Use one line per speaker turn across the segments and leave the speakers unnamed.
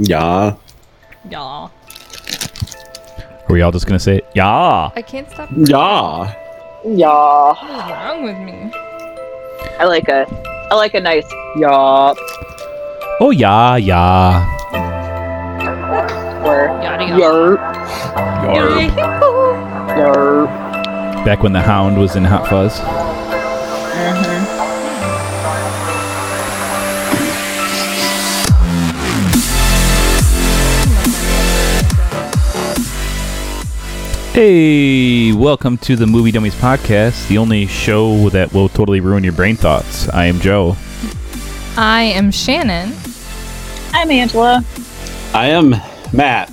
Yeah.
Y'all.
Are we all just gonna say it? Yeah.
I can't stop.
Yeah.
Yaw.
What's wrong with me?
I like a, I like a nice yaw
Oh yeah, yeah.
or
Yada yada.
yarp
Yarb.
yarp.
Back when the Hound was in Hot Fuzz. Mm-hmm. Hey, welcome to the Movie Dummies podcast, the only show that will totally ruin your brain thoughts. I am Joe.
I am Shannon.
I'm Angela.
I am Matt.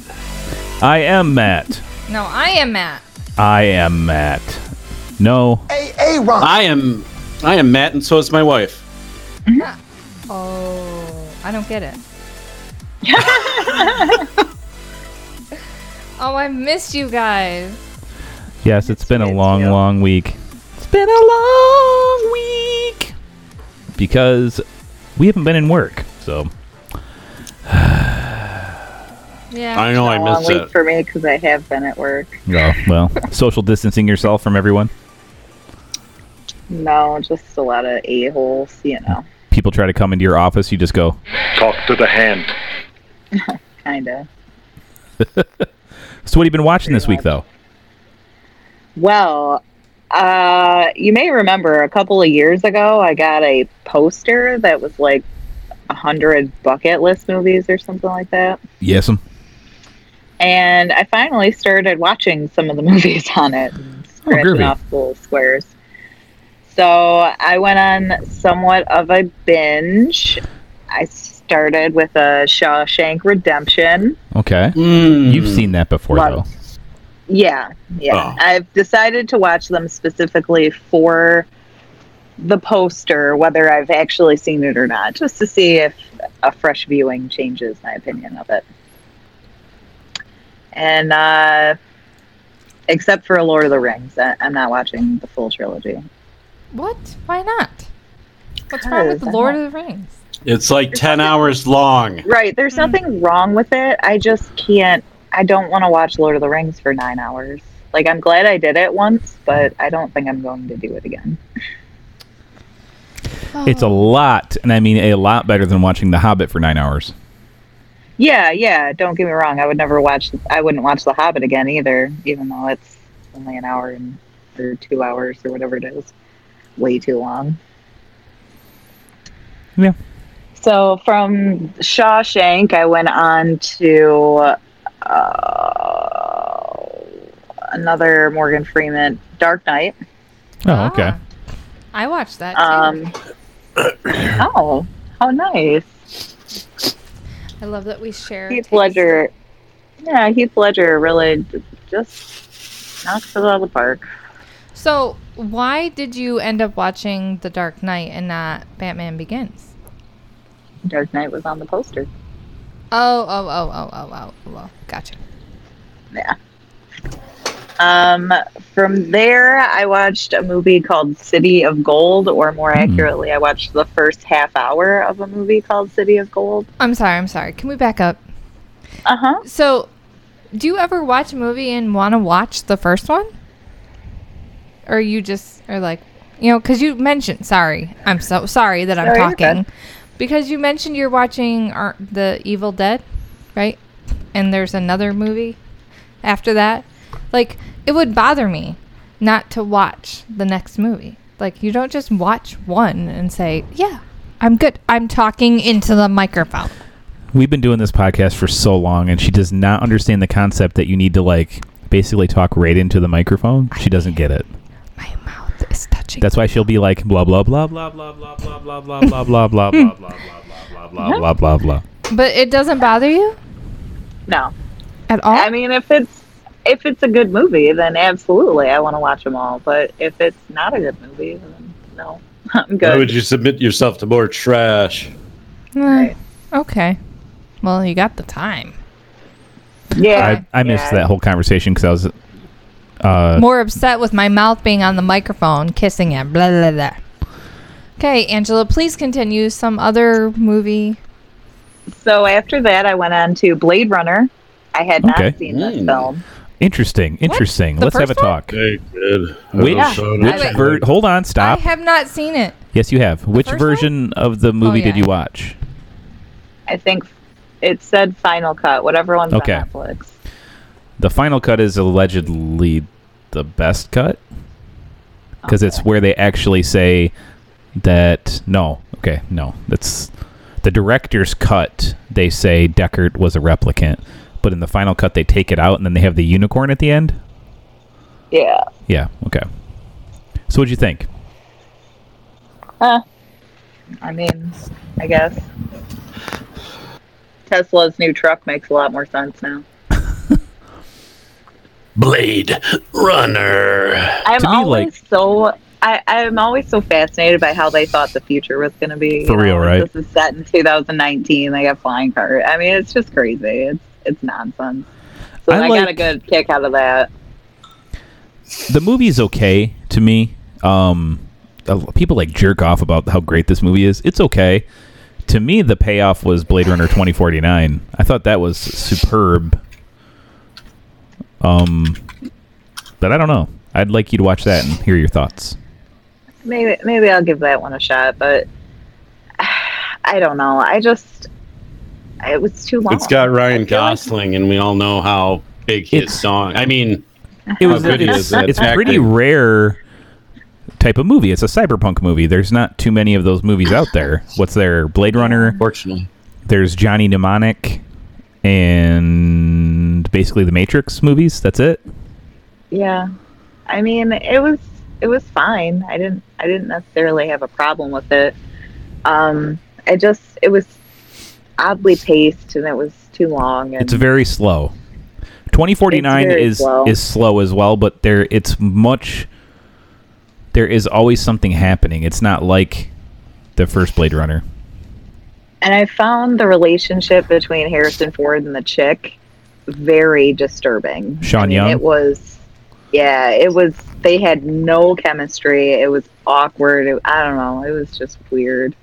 I am Matt.
No, I am Matt.
I am Matt. No,
I am I am Matt and so is my wife.
Oh, I don't get it. oh, I missed you guys.
Yes, it's been a long, long week. It's been a long week because we haven't been in work. So
Yeah.
I know I
Long
missed
week
it.
for me because I have been at work.
yeah, well, social distancing yourself from everyone.
No, just a lot of a holes, you know,
People try to come into your office. You just go.
Talk to the hand.
kind of.
So what have you been watching this week, though?
Well, uh, you may remember a couple of years ago, I got a poster that was like a hundred bucket list movies or something like that,
Yes, um,
and I finally started watching some of the movies on it, scratching
groovy.
off little squares. So I went on somewhat of a binge. I started with a Shawshank Redemption.
Okay,
Mm.
you've seen that before,
Lot
though.
Yeah, yeah.
Oh.
I've decided to watch them specifically for the poster, whether I've actually seen it or not, just to see if a fresh viewing changes my opinion of it. And uh, except for Lord of the Rings, I- I'm not watching the full trilogy.
What? Why not? What's wrong with
Because I
Lord of the Rings?
It's like 10 hours long.
Right, there's
Mhm.
nothing wrong with it. I just can't. I don't want to watch Lord of the Rings for nine hours. Like, I'm glad I did it once, but I don't think I'm going to do it again.
It's a lot, and I mean a lot better than watching The Hobbit for nine hours.
Yeah, yeah. Don't get me wrong. I would never watch. I wouldn't watch The Hobbit again either, even though it's only an hour and or two hours or whatever it is. Way too long.
Yeah.
So from Shawshank, I went on to uh, another Morgan Freeman, Dark Knight.
Oh, okay.
Ah. I watched that too.
Um, oh, how nice.
I love that we share.
Heath
taste.
Ledger. Yeah, Heath Ledger really j- just knocks it out of the park.
So, why did you end up watching The Dark Knight and not Batman Begins?
Dark Knight was on the poster.
Oh, oh, oh, oh, oh, oh, oh, oh. Gotcha.
Um, from there, I watched a movie called City of Gold, or
Hmm.
more accurately, I watched the first half hour of a movie called City of Gold.
I'm sorry. I'm sorry. Can we back up?
Uh huh.
So, do you ever watch a movie and want to watch the first one? Or you just are like, you know, because you mentioned, sorry, I'm so sorry that I'm
No, you're
talking. Because you mentioned you're watching uh, The Evil Dead, right? And there's another movie after that. Like, it would bother me not to watch the next movie. Like, you don't just watch one and say, yeah, I'm good. I'm talking into the microphone.
We've been doing this podcast for so long, and she does not understand the concept that you need to like basically talk right into the microphone. She doesn't get it.
My mouth is touching.
That's why she'll be like blah blah blah blah blah blah blah blah blah blah blah blah blah blah blah blah blah blah blah blah.
But it doesn't bother you
No,
at all.
I mean if it's if it's a good movie, then absolutely I want to watch them all. But if it's not a good movie, then no, I'm
Why
good.
would you submit yourself to more trash?
Uh, okay. Well, you got the time.
yeah,
I, I missed
yeah.
that whole conversation because I was uh,
More upset with my mouth being on the microphone, kissing him. Blah blah blah. Okay, Angela, please continue some other movie.
so after that, I went on to Blade Runner. I had not
Okay.
seen this
Mm.
film.
Interesting. Interesting.
The
Let's have a
first one?
talk.
Hey, good.
Which,
Oh, so
which
did-
Wait.
ver- hold on,
I
stop.
have not seen it.
yes, you have. Which
first
version of the movie did
yeah.
you watch?
I think it said Final Cut, whatever one's
Okay.
on Netflix.
The final cut is allegedly the best cut because it's where they actually say that no, okay, no, that's the director's cut. They say Deckard was a replicant, but in the final cut they take it out and then they have the unicorn at the end.
Yeah.
Yeah, okay. So what'd you think?
Huh. I mean, I guess. Tesla's new truck makes a lot more sense now.
Blade Runner.
I'm
To me,
always
like-
so I, I'm always so fascinated by how they thought the future was going to be. you
For real,
know,
right?
This is set in 2019. They got flying cars. I mean, it's just crazy. It's it's nonsense. So
I
I, got a
like-
good kick out of that.
the movie's okay to me. Um, uh, people like jerk off about how great this movie is. It's okay. To me, the payoff was Blade Runner 2049. I thought that was superb. Um, but I don't know. I'd like you to watch that and hear your thoughts.
Maybe maybe I'll give that one a shot, but I don't know. I just it was too long.
It's got Ryan
I feel like-
Gosling, and we all know how big his
It's-
song. I mean,
It
How
was
good he
it's,
is at
it's a pretty
acting.
rare type of movie. It's a cyberpunk movie. There's not too many of those movies out there. What's there? Blade Runner,
fortunately,
there's Johnny Mnemonic and basically the Matrix movies. That's it.
Yeah, I mean, it was it was fine. I didn't I didn't necessarily have a problem with it. Um, I just it was oddly paced and it was too long. And
It's very slow. 2049
It's very
is
slow.
is slow as well, but there it's much there is always something happening. It's not like the first Blade Runner.
and I found the relationship between Harrison Ford and the chick very disturbing.
Sean
I mean,
Young?
It was, yeah, it was. They had no chemistry. It was awkward. It, I don't know. It was just weird.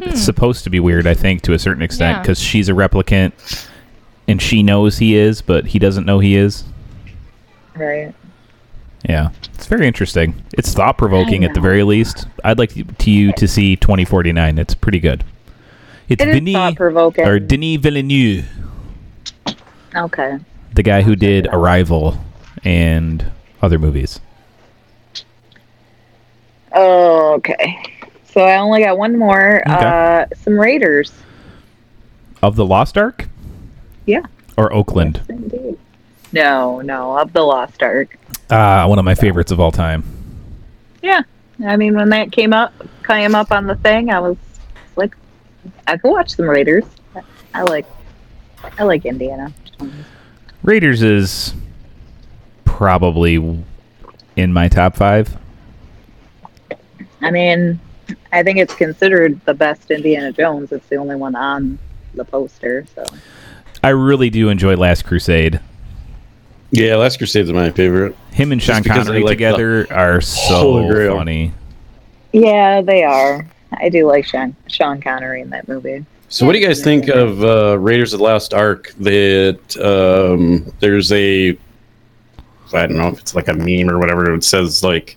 It's supposed to be weird, I think, to a certain extent
Yeah.
cuz she's a replicant and she knows he is, but he doesn't know he is.
Right.
Yeah. It's very interesting. It's thought provoking
I
at the
know.
very least. I'd like to, to you to see 2049. It's pretty good. It's
It is
Denis
thought provoking.
or Denis Villeneuve,
okay.
the guy who did Arrival and other movies.
Oh, Okay. So I only got one more.
Okay.
Uh, some Raiders.
Of the Lost Ark
Yeah.
or Oakland?
Indeed. No, no, of the Lost Ark.
Ah, one of my favorites of all time.
Yeah. I mean, when that came up, came up on the thing, I was like, I could watch some Raiders. I like, I like Indiana.
Raiders is probably in my top 5.
I mean, I think it's considered the best Indiana Jones. It's the only one on the poster. So
I really do enjoy Last Crusade.
yeah, Last Crusade's my favorite.
Him and Sean
Just because I
Connery
like the
together are
Holy
so
Grail.
funny.
yeah, they are. I do like Sean Sean Connery in that movie.
So, what do you guys think of uh, Raiders of the Lost Ark? That um, there's a, I don't know if it's like a meme or whatever. It says like,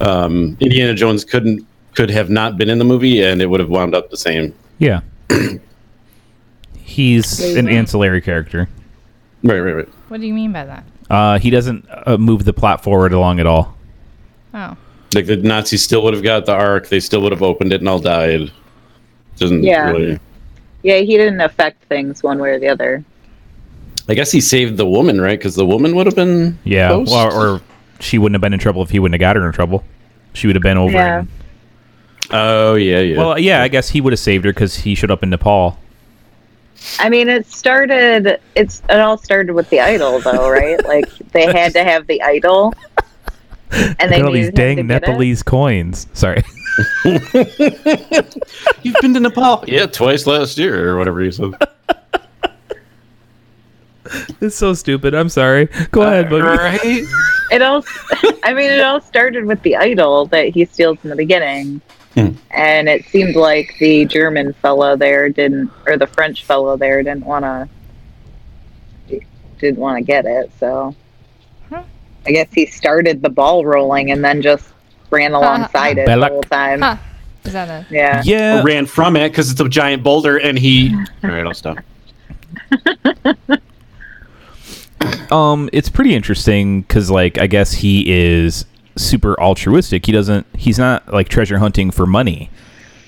um, Indiana Jones couldn't could have not been in the movie, and it would have wound up the same.
Yeah. He's an ancillary character.
Right, right, right.
What do you mean by that?
Uh, he doesn't uh, move the plot forward along at all.
Oh,
Like the Nazis still would have got the Ark. They still would have opened it and all died. Doesn't
Yeah.
really.
Yeah, he didn't affect things one way or the other.
I guess he saved the woman, right? Because the woman would have been
Yeah,
close.
well, or she wouldn't have been in trouble if he wouldn't have got her in trouble. She would have been over.
Yeah.
and-
oh yeah, yeah.
well, yeah, I guess he would have saved her because he showed up in Nepal.
I mean, it started. It's it all started with the idol, though, right? like they had to have the idol, and they
Got all these
needed him
dang
to get it.
Nepalese coins. Sorry,
You've been to Nepal, yeah, twice last year or whatever he said.
it's so stupid. I'm sorry. Go
Uh,
ahead, Boogie.
Right?
It all. I mean, it all started with the idol that he steals in the beginning,
Hmm.
and it seemed like the German fellow there didn't, or the French fellow there didn't want to, didn't want to get it. So,
Huh.
I guess he started the ball rolling and then just ran
Uh-huh.
alongside it the
Belloc.
whole time.
Huh. Is that a
Yeah.
Yeah.
Ran from it because it's a giant boulder, and he. All right, I'll stop.
um it's pretty interesting because like i guess he is super altruistic he doesn't he's not like treasure hunting for money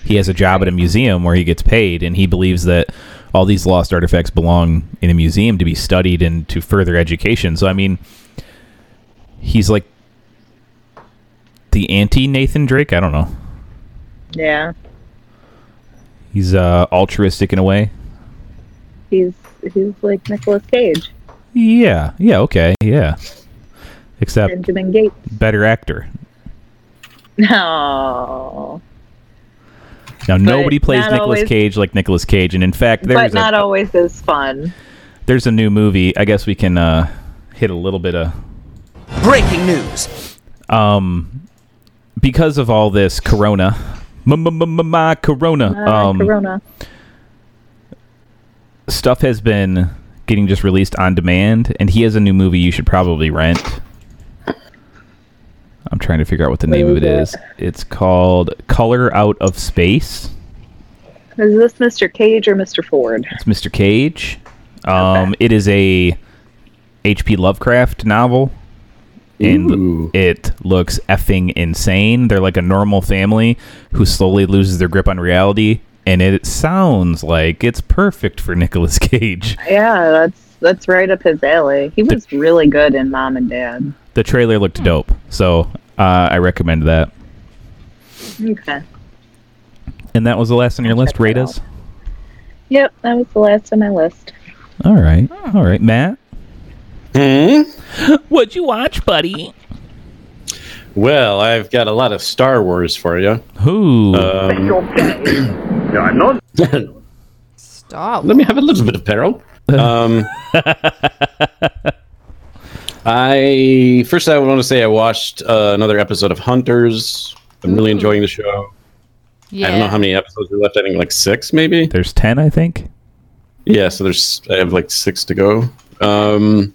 he has a job at a museum where he gets paid and he believes that all these lost artifacts belong in a museum to be studied and to further education so i mean he's like the anti nathan drake i don't know
Yeah.
he's uh altruistic in a way
He's, he's like Nicolas Cage,
yeah yeah okay yeah except
Benjamin Gates.
better actor
No.
Now nobody plays
not
Nicolas
always-
Cage like Nicolas Cage, and in fact,
But
there's
not
a,
always as fun.
there's a new movie. I guess we can uh, hit a little bit of
Breaking news.
um because of all this Corona, my Corona
Uh,
um
Corona.
stuff has been getting just released on demand, and he has a new movie you should probably rent. I'm trying to figure out what the name of
is
it is. It's called Color Out of Space.
Is this Mr. Cage or Mr. Ford?
It's Mr. Cage. Um, It is a H.P. Lovecraft novel, and
Ooh.
it looks effing insane. They're like a normal family who slowly loses their grip on reality, and it sounds like it's perfect for Nicolas Cage.
Yeah, that's that's right up his alley. He was really good in Mom and Dad.
The trailer looked
Hmm.
dope, so uh, I recommend that.
Okay.
And that was the last on your list,
check that
Radas.
Yep, that was the last on my list.
All right, all right, Matt.
Hmm?
What'd you watch, buddy?
Well, I've got a lot of Star Wars for you.
Who?
Uh,
Um,
stop?
Let me have a little bit of peril. Um, I first I want to say I watched uh, another episode of Hunters. I'm really enjoying the show.
yeah.
I don't know how many episodes are left. I think like six, maybe.
There's ten, I think.
Yeah, so there's I have like six to go. Um,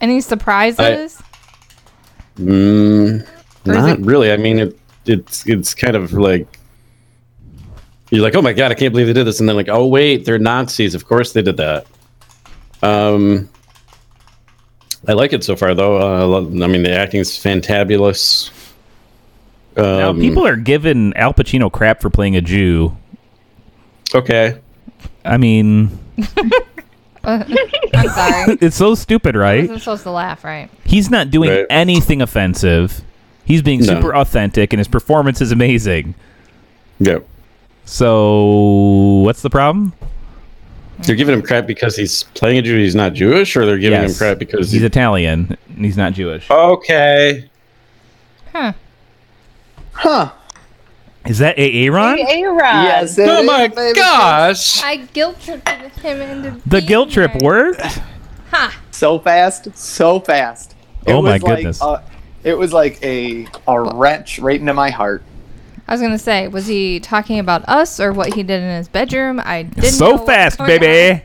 Any surprises?
mm,
Or is
not
it-
really. I mean, it, it's it's kind of like you're like, oh my god, I can't believe they did this, and then like, oh wait, they're Nazis. Of course they did that. Um, I like it so far though. Uh, I love- I mean, the acting's fantabulous. Um,
Now, people are giving Al Pacino crap for playing a Jew.
okay.
I mean,
I'm sorry.
it's so stupid,
I
right?
wasn't supposed to laugh, right?
He's not doing
Right.
anything offensive. He's being
No.
super authentic, and his performance is amazing.
Yeah,
So, what's the problem?
they're giving him crap because he's playing a Jew. He's not Jewish, or they're giving him
Yes.
crap because
he's
he's
Italian and he's not Jewish.
okay.
Huh.
Is that Aaron?
Yes. it
Oh
is,
my
baby.
gosh!
I guilt tripped him into
The
being
guilt trip
there.
worked.
Ha!
So fast, so fast.
Oh my
was like
goodness.
a- it was like a a wrench right into my heart.
I was gonna say, was he talking about us or what he did in his bedroom? I didn't. know
So
what was
fast,
going
baby.
A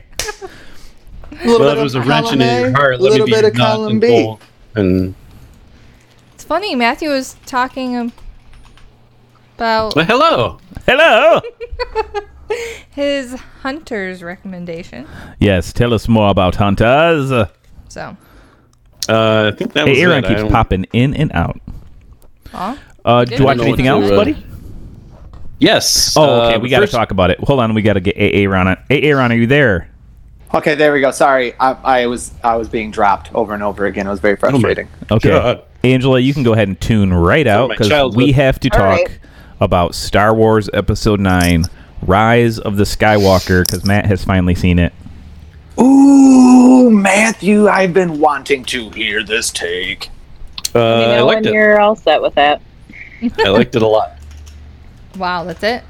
little
Well,
bit
it was a
of
wrench
column
in your
A,
heart.
A
Let
little
me be
bit of
not
column
in
B.
full. And
on. It's funny. Matthew was talking about
well, hello.
Hello.
his hunter's recommendation.
yes, tell us more about hunters.
So,
Uh, I think that was
Hey, Aaron
it. I
keeps
don't-
popping in and out.
well,
Uh, do you
I
watch
know
anything
what to
else,
do,
uh,
buddy?
Yes.
Oh, okay.
uh,
we got to
first-
talk about it. Hold on. We got to get Aaron on. Aaron, are you there?
Okay, there we go. Sorry, I, I was I was being dropped over and over again. It was very
Oh
frustrating.
Okay.
God.
Angela, you can go ahead and tune right out
my
because
childhood.
we have to
All
talk
right.
about Star Wars Episode 9 Rise of the Skywalker because Matt has finally seen it.
Ooh, Matthew, I've been wanting to hear this take.
Uh,
You
I
know when
liked it.
you're all set with that.
I liked it a lot.
wow, that's it.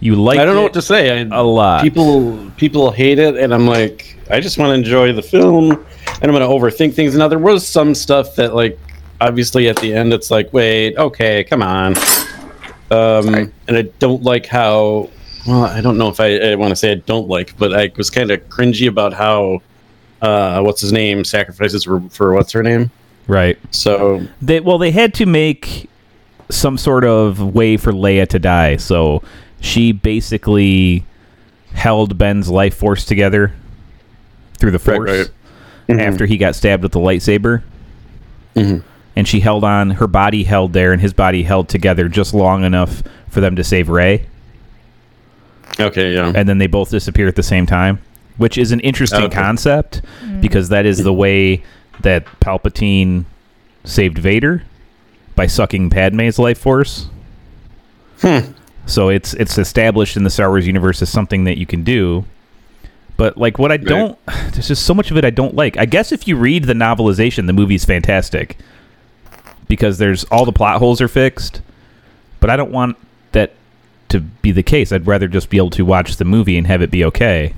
You like
I don't know what to say. I,
a lot.
People people hate it, and I'm like, I just want to enjoy the film, and I'm going to overthink things. Now there was some stuff that like, obviously at the end, it's like, wait, okay, come on. Um, and I don't like how. Well, I don't know if I, I want to say I don't like, but I was kind of cringy about how. Uh, what's his name? Sacrifices for, for what's her name?
Right.
So
They well, they had to make some sort of way for Leia to die, so she basically held Ben's life force together through the
Right,
force
right. Mm-hmm.
after he got stabbed with the lightsaber. And she held on, her body held there, and his body held together just long enough for them to save Ray.
okay, yeah,
and then they both disappear at the same time, which is an interesting
Okay.
concept because that is the way that Palpatine saved Vader by sucking Padme's life force. So it's it's established in the Star Wars universe as something that you can do. But like what I don't there's just so much of it I don't like. I guess if you read the novelization, the movie's fantastic. Because there's all the plot holes are fixed. But I don't want that to be the case. I'd rather just be able to watch the movie and have it be okay.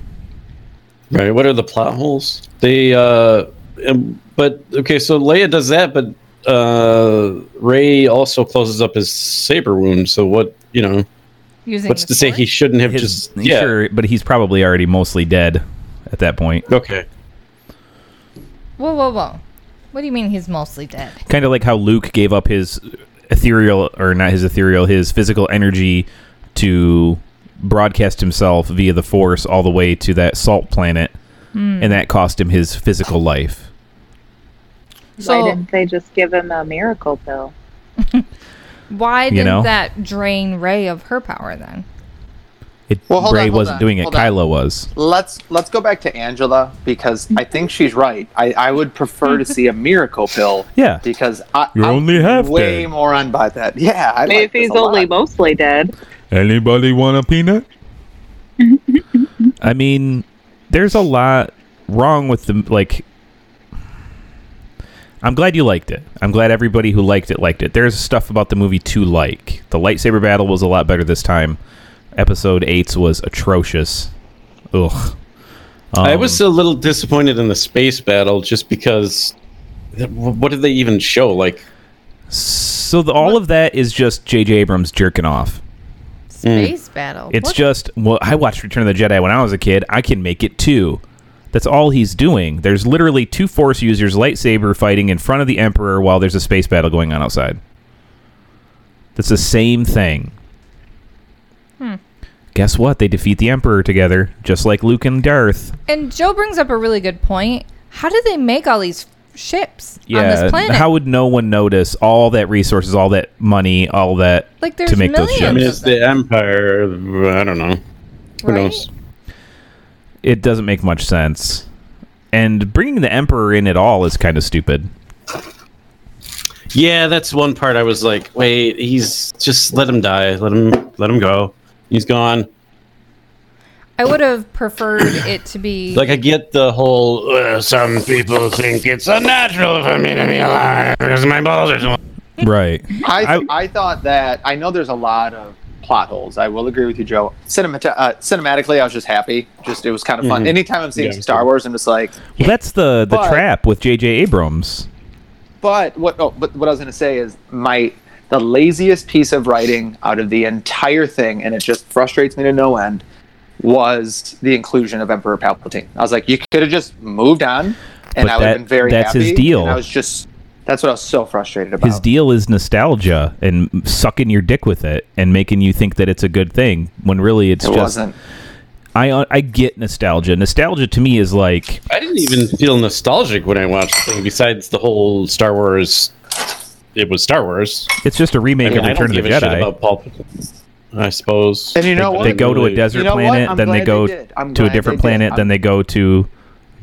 right. What are the plot holes? They, uh, um, but okay, so Leia does that, but uh, Ray also closes up his saber wound. So what, you know,
Using
what's
the
to say
force?
he shouldn't have just, yeah,
Sure, but he's probably already mostly dead at that point.
okay,
Whoa, whoa, whoa! What do you mean he's mostly dead?
Kind of like how Luke gave up his ethereal or not his ethereal, his physical energy to broadcast himself via the force all the way to that salt planet and that cost him his physical life.
So-
Why didn't they just give him a miracle pill?
Why
You
didn't
know?
that drain Ray of her power then?
It
Well, hold on,
Ray
hold
wasn't
on,
doing it,
hold on.
Kylo was.
Let's let's go back to Angela because I think she's right. I, I would prefer to see a miracle pill.
Yeah.
Because I,
You're
I'm
only half
way
dead.
more on by that. Yeah, I like this
Macy's
a lot.
only mostly dead.
Anybody want a peanut? I mean, there's a lot wrong with the like. I'm glad you liked it. I'm glad everybody who liked it liked it. There's stuff about the movie to like. The lightsaber battle was a lot better this time. Episode eight's was atrocious. Ugh.
I
Um,
was a little disappointed in the space battle just because th- what did they even show? Like,
so the, all of that is just J.J. Abrams jerking off.
Hmm.
Space battle.
It's
What-
just well, I watched Return of the Jedi when I was a kid. I can make it too. That's all he's doing. There's literally two Force users lightsaber fighting in front of the Emperor while there's a space battle going on outside. That's the same thing.
Hmm.
Guess what? They defeat the Emperor together, just like Luke and Darth.
And Joe brings up a really good point. How do they make all these ships on this planet?
How would no one notice all that resources, all that money, all that
Like,
to
there's
make those
millions.
I
ships?
mean, it's the Empire. I don't know. Who
right?
knows?
it doesn't make much sense. And bringing the Emperor in at all is kind of stupid.
Yeah, that's one part I was like, wait, he's just let him die. Let him let him go. He's gone.
I would have preferred it to be
Like I get the whole uh, some
People think it's unnatural for me to be alive because my balls are so
Right.
I,
I-
I thought that I know there's a lot of plot holes. I will agree with you, Joe. Cinemata- uh, cinematically, I was just happy. Just it was kind of fun.
Mm-hmm.
Anytime I'm seeing
Yeah,
Star Wars, I'm just like,
Well, that's the the
But-
trap with J.J. Abrams.
But what? Oh, but what I was going to say is my the laziest piece of writing out of the entire thing, and it just frustrates me to no end, was the inclusion of Emperor Palpatine. I was like, you could have just moved on,
But
and I would
that-
have been very
that's his
happy,
deal.
And I was just that's what I was so frustrated about.
His deal is nostalgia and sucking your dick with it and making you think that it's a good thing when really it's
it
just
wasn't.
I uh, I get nostalgia. Nostalgia to me is like
I didn't even feel nostalgic when I watched the thing. Besides the whole Star Wars, it was Star Wars.
it's just a remake
I mean, I
of
don't
Return of
give
the
a shit
Jedi.
about Paul. I suppose.
And you know
They-
what?
They go to a
really-
desert
You know what?
planet,
I'm
then they
glad
go
they did. I'm
to a
glad
different
they did.
planet, then
I'm-
they go to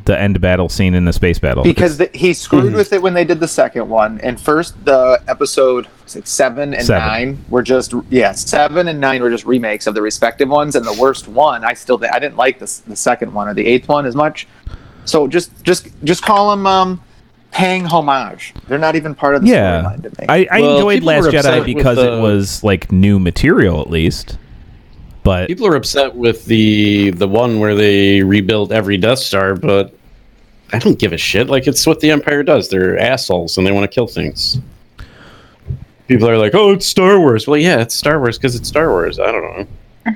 the end battle scene in the space battle.
because the, he screwed
Mm-hmm.
with it when they did the second one and first the episode was it seven and
Seven.
nine were just yeah seven and nine were just remakes of the respective ones and the worst one i still i didn't like this the second one or the eighth one as much so just just just call them um paying homage they're not even part of the
yeah,
storyline to me
I, I
Well,
enjoyed
people
Last
were upset
Jedi
with
because
the-
it was like new material at least. But
People are upset with the the one where they rebuilt every Death Star, but I don't give a shit. Like it's what the Empire does. They're assholes and they want to kill things. people are like, "Oh, it's Star Wars." Well, yeah, it's Star Wars because it's Star Wars. I don't know.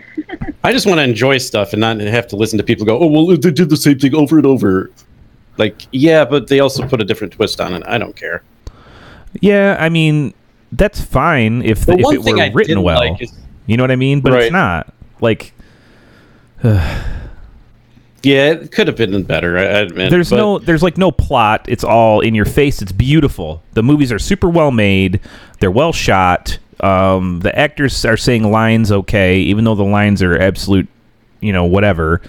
I just want to enjoy stuff and not have to listen to people go, "Oh, well, they did the same thing over and over." Like, yeah, but they also put a different twist on it. I don't care.
Yeah, I mean that's fine if,
The
if
one
it
thing
were
I
written
didn't
well.
like is-
you know what I mean? But
Right.
it's not. Like
Yeah, it could have been better. I I admit.
there's
but-
no there's like no plot. It's all in your face. It's beautiful. The movies are super well made. They're well shot. Um, the actors are saying lines okay, even though the lines are absolute, you know, whatever.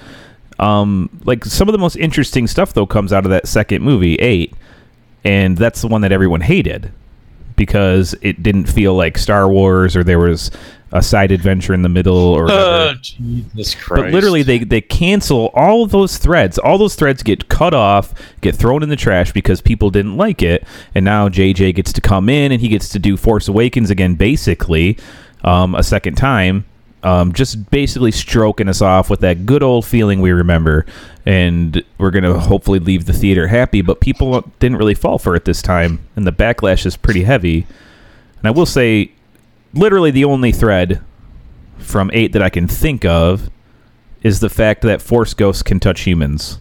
Um, like some of the most interesting stuff though comes out of that second movie, eight, and that's the one that everyone hated because it didn't feel like Star Wars or there was a side adventure in the middle or whatever.
Oh, Jesus Christ!
uh, But literally, they, they cancel all of those threads. All those threads get cut off, get thrown in the trash because people didn't like it. And now JJ gets to come in and he gets to do Force Awakens again, basically, um, a second time. Um, just basically stroking us off with that good old feeling we remember. And we're going to hopefully leave the theater happy. But people didn't really fall for it this time. And the backlash is pretty heavy. And I will say, literally, the only thread from 8 that I can think of is the fact that force ghosts can touch humans.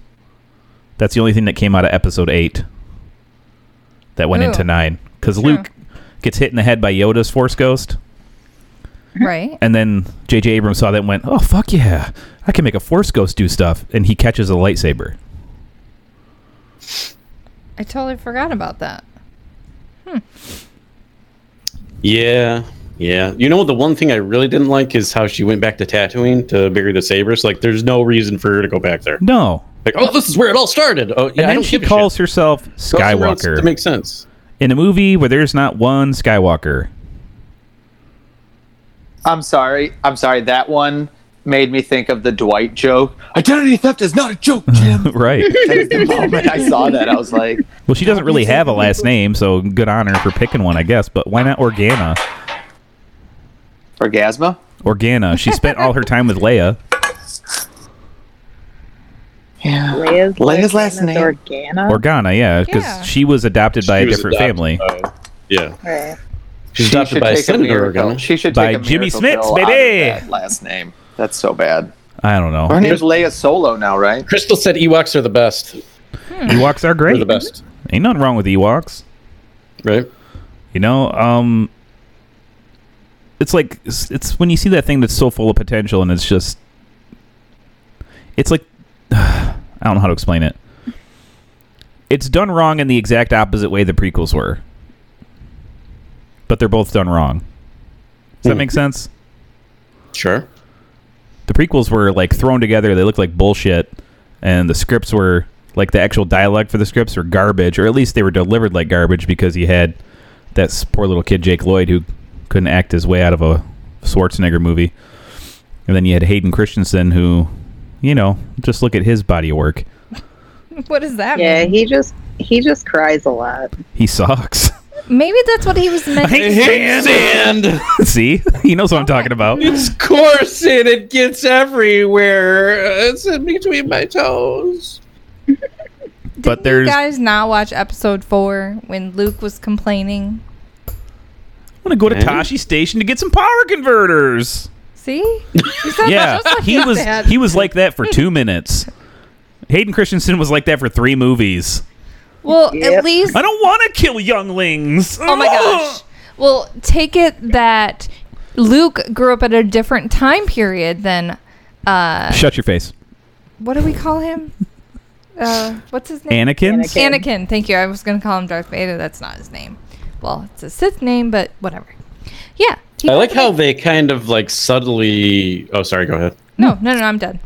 That's the only thing that came out of episode 8 that went
Ooh.
into 9 cuz Luke gets hit in the head by Yoda's force ghost
right?
and then JJ Abrams saw that and went, "Oh fuck yeah. I can make a force ghost do stuff." And he catches a lightsaber.
I totally forgot about that.
Yeah, yeah. You know the one thing I really didn't like is how she went back to Tatooine to bury the sabers. Like, there's no reason for her to go back there.
No.
Like, oh, this is where it all started. Oh, yeah.
And
I
then
don't
she
give a
calls
shit.
herself
Go somewhere else
Skywalker
To make sense.
in a movie where there's not one Skywalker.
I'm sorry. I'm sorry. That one made me think of the Dwight joke. Identity theft is not a joke, Jim.
right.
That is the moment I saw that, I was like,
Well, she doesn't really have a last name, so good on her for picking one, I guess. But why not Organa?
Orgasma?
Organa. She spent all her time with Leia.
Yeah.
Leia's,
Leia's last
is
name.
Organa.
Organa, yeah, because
Yeah.
she was adopted by
She
a
was
different
adopted
family
by- yeah.
right.
She's
She
adopted
should
by a
take a
senator.
miracle.
Organa.
She should
By
take a
Jimmy
miracle
Smith,
pill out of
baby.
that Last name. That's so bad.
I don't know.
Her name's Leia Solo now, right?
Crystal said Ewoks are the best.
Ewoks are
They're
great.
the best,
Ain't nothing wrong with Ewoks.
right?
You know, um, it's like it's, it's when you see that thing that's so full of potential, and it's just, it's like, I don't know how to explain it. It's done wrong in the exact opposite way the prequels were, but they're both done wrong. Does that
Hmm.
make sense?
Sure.
the prequels were like thrown together they looked like bullshit and the scripts were like the actual dialogue for the scripts were garbage or at least they were delivered like garbage because he had that s- poor little kid jake lloyd who couldn't act his way out of a schwarzenegger movie and then you had hayden christensen who you know just look at his body of work
What does that
Yeah,
mean?
he just he just cries a lot.
he sucks
Maybe that's what he was meant to do.
Sand.
see he knows what i'm talking about
It's coarse and it gets everywhere. It's in between my toes.
but
You
there's i'm
guys now watch episode four when Luke was complaining.
gonna go to tashi station to get some power converters
See? You sound
yeah,
just like
he
your
was
dad.
he was like that for two minutes. Hayden Christensen was like that for three movies.
well, at
Yep.
least
I don't want to kill younglings.
Oh my gosh. Well, take it that Luke grew up at a different time period than uh
Shut your face,
what do we call him? Uh what's his name?
Anakin's.
Anakin.
Anakin, thank you. I was gonna call him Darth Vader, that's not his name. Well, it's a Sith name, but whatever. Yeah. he
I like
grew up-
how they kind of like subtly. Oh, sorry. Go ahead.
No, no, no, I'm done.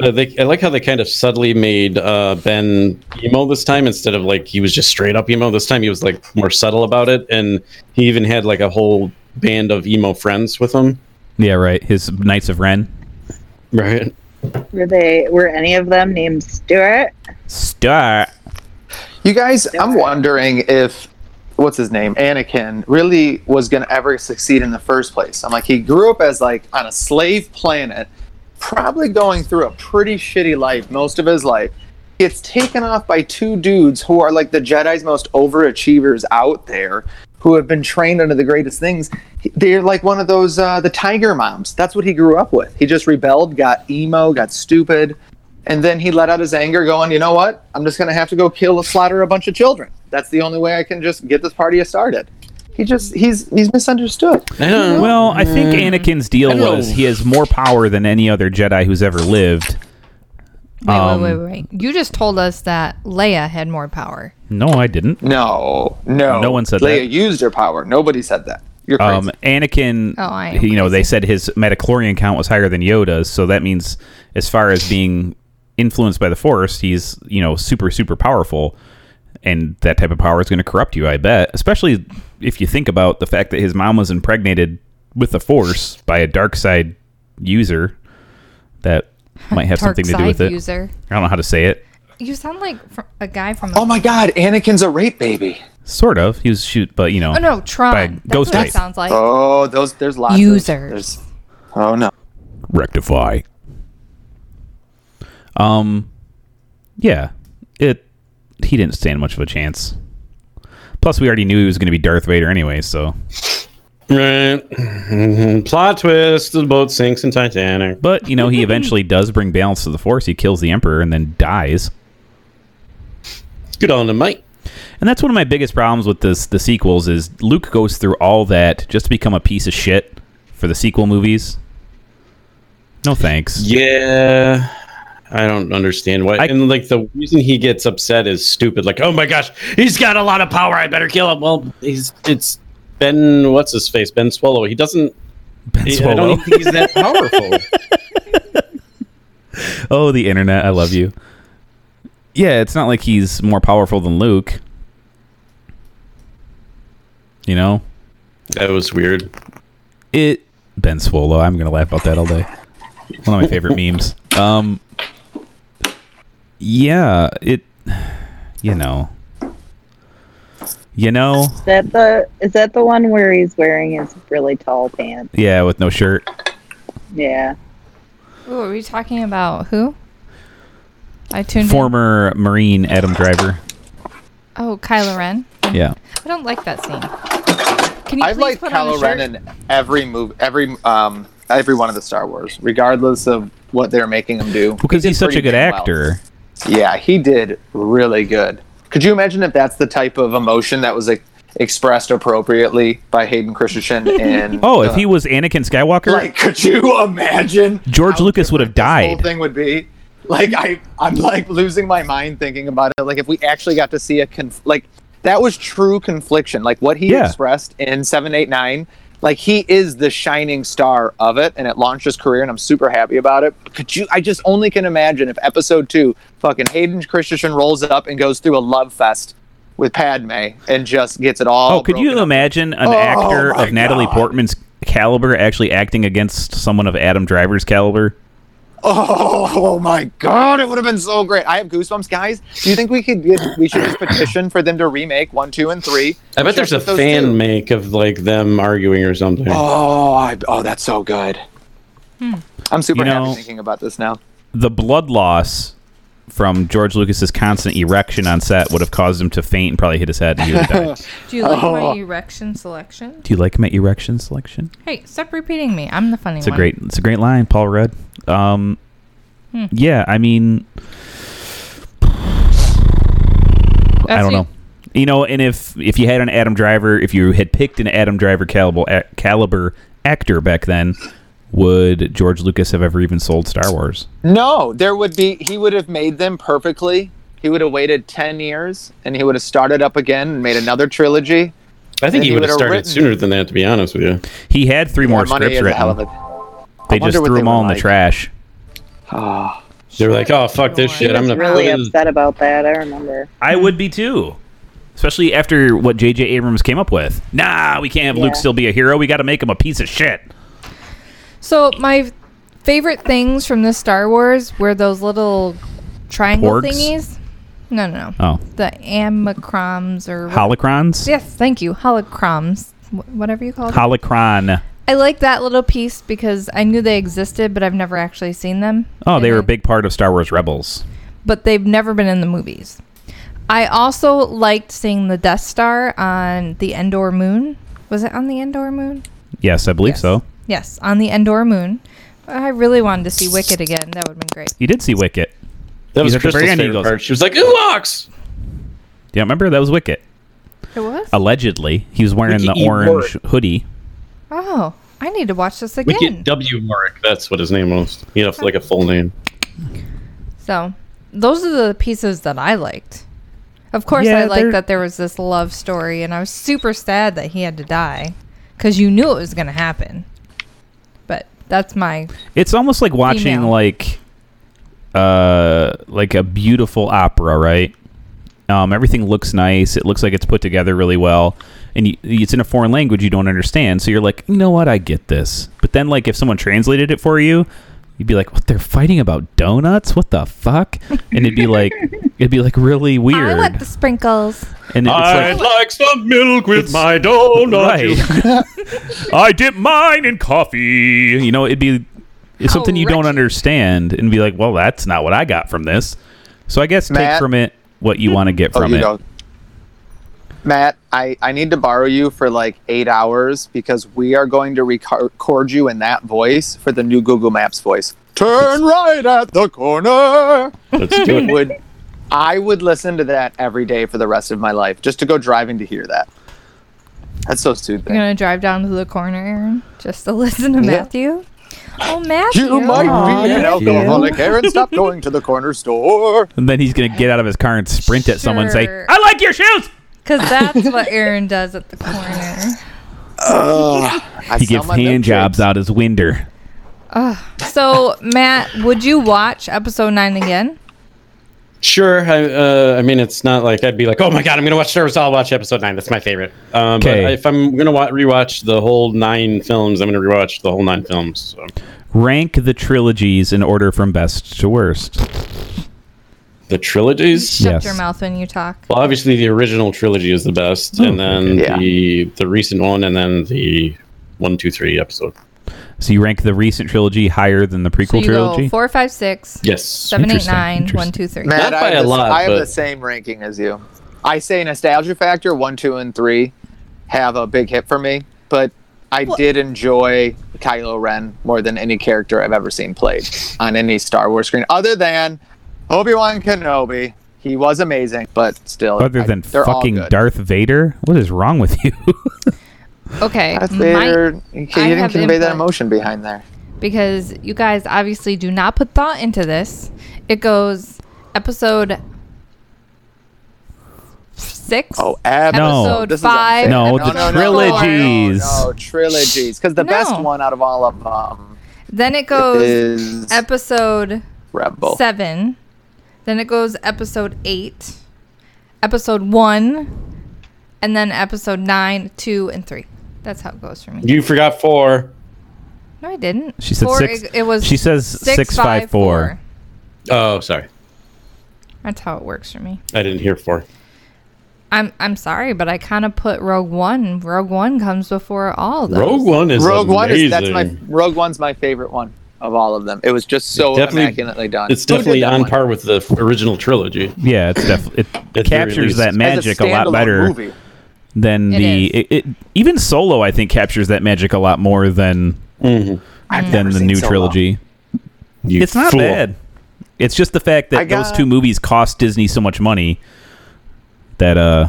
Uh, they, I like how they kind of subtly made uh, Ben emo this time instead of like he was just straight up emo. This time he was like more subtle about it, and he even had like a whole band of emo friends with him.
Yeah, right. His Knights of Ren.
Right.
Were they were any of them named Stuart?
Star.
You guys, I'm wondering if what's his name, Anakin, really was going to ever succeed in the first place. I'm like, he grew up as like on a slave planet, probably going through a pretty shitty life most of his life. Gets taken off by two dudes who are like the Jedi's most overachievers out there. who have been trained under the greatest things. He- They're like one of those uh, the tiger moms. That's what he grew up with. He just rebelled, got emo, got stupid, and then he let out his anger, going, "You know what? I'm just gonna have to go kill, slaughter a bunch of children. That's the only way I can just get this party started." He just he's he's misunderstood.
Well, I think Anakin's deal was he has more power than any other Jedi who's ever lived.
Wait,
Um,
wait, wait, wait. You just told us that Leia had more power.
No, I didn't.
No, no,
No one said
Leia
that.
used her power. Nobody said that. You're crazy.
Um, Anakin,
Oh, I am
you know, they said his metachlorian count was higher than Yoda's, so that means as far as being influenced by the Force, he's, you know, super, super powerful. And that type of power is going to corrupt you, I bet. Especially if you think about the fact that his mom was impregnated with the Force by a dark side user that might have
Dark
something to do
side
with it.
user.
I don't know how to say it.
You sound like fr- a guy from.
oh my God, Anakin's a rape baby.
Sort of. He was shoot, but you know.
Oh no, Tron.
By
That's
Ghost
what that
Race.
sounds like.
Oh, those there's lots. of-
User.
There's, oh no.
rectify. Um, yeah, it. He didn't stand much of a chance. Plus, we already knew he was going to be Darth Vader anyway, so.
Right. Mhm. Plot twist: the boat sinks in Titanic.
But you know, he eventually does bring balance to the Force. He kills the Emperor and then dies.
Good on the Mike.
And that's one of my biggest problems with this the sequels is Luke goes through all that just to become a piece of shit for the sequel movies. No thanks.
Yeah. I don't understand why.
I-
and like the reason he gets upset is stupid. Like, oh my gosh, he's got a lot of power. I better kill him. Well, he's it's Ben. What's his face? Ben Swallow. He doesn't.
Ben
he- I
Swallow.
don't even think he's that powerful.
Oh, the internet. I love you. Yeah, it's not like he's more powerful than Luke. You know?
that was weird.
It Ben Swallow. I'm going to laugh about that all day. One of my favorite memes. Um Yeah, it you know. You know,
Is that the is that the one where he's wearing his really tall pants?
yeah, with no shirt.
Yeah.
Ooh, are we talking about who? I tuned in.
Former Marine Adam Driver.
Oh, Kylo Ren.
Yeah.
I don't like that scene. Can you
I've
please
liked
put on a
Kylo
shirt?
Ren in every movie, every um, every one of the Star Wars, regardless of what they're making him do.
Because
He did
he's such a
pretty
good
damn well.
actor.
Yeah, he did really good. Could you imagine if that's the type of emotion that was like, expressed appropriately by Hayden Christensen? And
Oh, if he was Anakin Skywalker,
like, could you imagine?
George
how
Lucas would have
The whole
died.
thing would be like I, I'm like losing my mind thinking about it. Like if we actually got to see a conf- like that was true confliction. Like what he
Yeah.
expressed in seven eight nine. Like he is the shining star of it, and it launched his career, and I'm super happy about it. Could you? I just only can imagine if episode two, fucking Hayden Christensen rolls up and goes through a love fest with Padme, and just gets it all.
Oh, could
broken
you
up.
imagine an
Oh,
actor
my
of Natalie
God.
Portman's caliber actually acting against someone of Adam Driver's caliber?
Oh my god, it would have been so great. I have goosebumps, guys. Do you think we could get, we should just petition for them to remake one, two, and three?
I bet
Just
there's a
with those
fan
two.
make of like them arguing or something.
Oh, I, oh, that's so good. I'm super
You know-
happy thinking about this now.
The blood loss from George Lucas's constant erection on set would have caused him to faint and probably hit his head and he would have died.
Do you like
Oh.
my erection selection?
Do you like my erection selection?
Hey, stop repeating me. I'm the funny
It's a
one.
great it's a great line, Paul Rudd. Um Yeah, I mean I
That's
don't
you-
know. You know, and if if you had an Adam Driver, if you had picked an Adam Driver caliber a, caliber actor back then, would George Lucas have ever even sold Star Wars?
No, there would be. He would have made them perfectly. He would have waited ten years, and he would have started up again and made another
I
trilogy. then
think he
he
would have
would've
started
written-
sooner than that, to be honest with you.
He had three more
Our money
scripts
is a hell
written.
of a
They
wonder
just
what
threw
they
them
were
all in the
like.
trash.
Oh,
They were like, "Oh fuck this
He
shit! I'm
I was
gonna
really
put it-
upset about that. I remember.
I would be too. Especially after what J.J. Abrams came up with. Nah, we can't have Luke
Yeah.
still be a hero. We got to make him a piece of shit.
So my favorite things from the Star Wars were those little triangle
Porgs?
thingies. No, no, no.
Oh,
The amicroms or what-
holocrons?
yes, thank you, holocroms, wh- whatever you call them.
Holocron.
I like that little piece because I knew they existed, but I've never actually seen them.
Oh,
And
they were
I-
a big part of Star Wars Rebels.
but they've never been in the movies. I also liked seeing the Death Star on the Endor moon. Was it on the Endor moon?
Yes, I believe
Yes.
so.
Yes, on the Endor moon. I really wanted to see Wicked again. That would have been great.
You did see Wicket.
That
He's
was
at the very
Crystal's
end, he
favorite
goes-
part. She was like, "Ewoks."
Yeah, remember that was Wicket.
It was?
Allegedly, he was wearing
Wicket
the
E.
orange hoodie.
Oh, I need to watch this again.
Wicket W. Mark. That's what his name was. He had a, like a full name.
So, those are the pieces that I liked. Of course,
Yeah,
I liked
they're-
that there was this love story, and I was super sad that he had to die because you knew it was going to happen. But that's my
It's almost like watching
Female.
like uh like a beautiful opera, right? Um, everything looks nice. It looks like it's put together really well, and you, it's in a foreign language you don't understand. So you're like, you know what? I get this. But then, like, if someone translated it for you, you'd be like, what? They're fighting about donuts? What the fuck? And it'd be like, it'd be like really
I
weird.
want the sprinkles.
and it's
I'd
like,
like, some milk with
It's-
my donut.
right. I dip mine in coffee. You know, it'd be it's something you don't
Correct.
understand and be like, well, that's not what I got from this. So I guess take
Matt?
from it what you want to get
Oh,
from
you
it.
don't. Matt, I, I need to borrow you for like eight hours because we are going to reco- record you in that voice for the new Google Maps voice. Turn right at the corner.
Let's do it.
Would I would listen to that every day for the rest of my life just to go driving to hear that. That's so
You're
stupid.
going to drive down to the corner, Aaron, just to listen to
Yeah.
Matthew. Oh, Matthew.
You might be an
Aw.
alcoholic, Aaron. Stop going to the corner store.
And then he's gonna get out of his car and sprint at someone and say,
Sure.
I like your shoes.
Because that's what Aaron does at the corner.
I
He
sell
gives
my milkshakes.
hand jobs out his window.
So, Matt, would you watch episode nine again?
Sure. I, uh, I mean, it's not like I'd be like, oh my god, I'm gonna watch Star Wars. I'll watch episode nine. That's my favorite. Um, but
Okay.
if I'm gonna wa- rewatch the whole nine films, I'm gonna rewatch the whole nine films. So.
Rank the trilogies in order from best to worst.
The trilogies.
Shut
Yes.
your mouth when you talk.
Well, obviously the original trilogy is the best,
Oh,
and then
okay.
Yeah.
the the recent one, and then the one, two, three episode.
So you rank the recent trilogy higher than the
So
prequel
you
trilogy?
go four, five, six,
Yes.
seven, eight,
Interesting,
nine, one,
interesting.
two, three.
Matt,
Not
I
by
have,
a
the,
lot,
I have the
but-
same ranking as you. I say nostalgia factor one, two, and three have a big hit for me, but I
Well-
did enjoy Kylo Ren more than any character I've ever seen played on any Star Wars screen, other than Obi Wan Kenobi. He was amazing, but still,
Other
I-
than
they're all
fucking
good.
Darth Vader? What is wrong with you?
Okay.
Darth
my-
Vader, he
I
didn't
have
convey that
input.
emotion behind there.
because you guys obviously do not put thought into this. It goes episode six.
Oh, ab-
No.
Episode
This is
five,
unfair.
No, the trilogies.
No, no, trilogies. Because the best
No.
one out of all of um, them
Then it goes
is
episode
Rebel.
seven. Then it goes episode eight, episode one, and then episode nine, two, and three. That's how it goes for me.
You forgot four.
No, I didn't.
She said
Four,
six-
It, it was.
she says six, five, four.
Oh, sorry,
That's how it works for me.
I didn't hear four.
I'm I'm sorry, but I kind of put Rogue One. Rogue One comes before all of those.
Rogue One is
Rogue One is that's
amazing.
my Rogue One's my favorite one of all of them. It was just so
Definitely-
immaculately done.
It's
Who did
definitely
that
on
one?
par with the f- original trilogy.
yeah, it's definitely it
At the very
captures
least.
that
As
magic a, lot
standalone
better.
movie.
than
It
the
is.
it, it, even solo i think captures that magic a lot more than
I've
than
never
the
seen
new
Solo.
trilogy
You
it's not
fool.
bad it's just the fact that
I got-
those two movies cost disney so much money that uh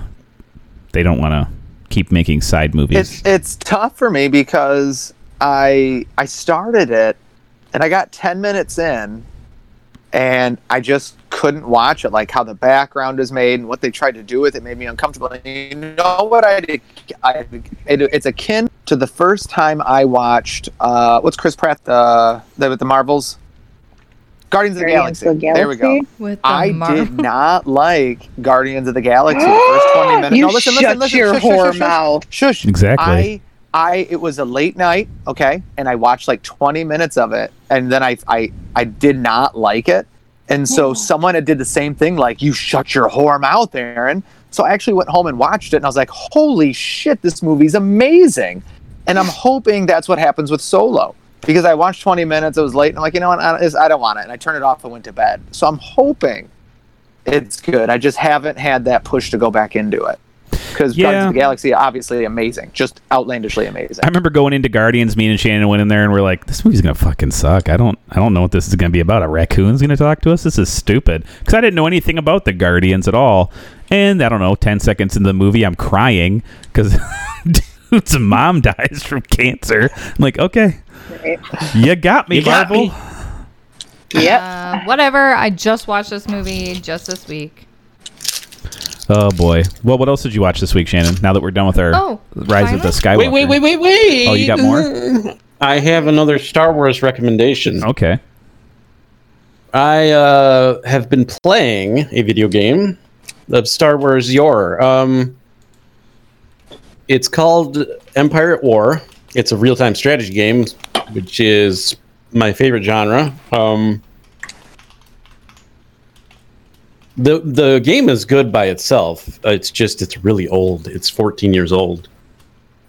they don't want to keep making side movies
It's it's tough for me because I I started it and I got ten minutes in and I just couldn't watch it. Like how the background is made and what they tried to do with it made me uncomfortable. And you know what I did? I, it, it's akin to the first time I watched uh, what's Chris Pratt the the, with the Marvels. Guardians of the
Guardians
Galaxy.
of the
There we go.
Galaxy?
With the
I
Mar-
did not like Guardians of the Galaxy the first twenty minutes.
You
no, listen,
shut
listen, listen.
your
shush, shush,
whore
shush, shush.
mouth.
Shush.
Exactly.
I, I, it was a late night, okay, and I watched like 20 minutes of it, and then I, I, I did not like it, and so someone had did the same thing, like you shut your whore mouth, Aaron. So I actually went home and watched it, and I was like, holy shit, this movie's amazing, and I'm hoping that's what happens with Solo. Because I watched 20 minutes, it was late, and I'm like, you know what, I I don't want it. And I turned it off and went to bed. So I'm hoping It's good. I just haven't had that push to go back into it. Because Guardians
Yeah.
of the Galaxy, obviously amazing, just outlandishly amazing.
I remember going into Guardians. Me and Shannon went in there and we're like, "This movie's gonna fucking suck. I don't, I don't know what this is gonna be about. A raccoon's gonna talk to us. This is stupid." Because I didn't know anything about the Guardians at all. And I don't know, ten seconds into the movie, I'm crying because dude's mom dies from cancer. I'm like, okay, you got me,
You got
Marvel.
me.
Yep.
Uh, whatever. I just watched this movie just this week.
Oh boy. Well, what else did you watch this week, Shannon? Now that we're done with our
Oh,
Rise of the Skywalker.
Wait, wait, wait, wait, wait.
Oh, you got more?
I have another Star Wars recommendation.
Okay.
I uh, have been playing a video game of Star Wars Your. Um, it's called Empire at War. It's a real time strategy game, which is my favorite genre. Um, the the game is good by itself. Uh, It's just it's really old. It's 14 years old.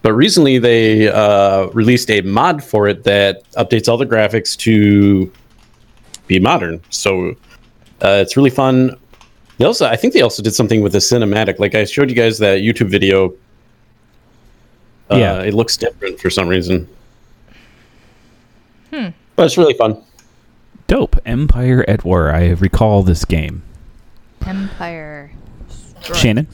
But recently they uh, released a mod for it that updates all the graphics to be modern. So uh, it's really fun. They also, I think they also did something with the cinematic. Like I showed you guys that YouTube video. Uh,
Yeah.
it looks different for some reason. But it's really fun.
Dope. Empire at War. I recall this game.
Empire. Strikes.
Shannon,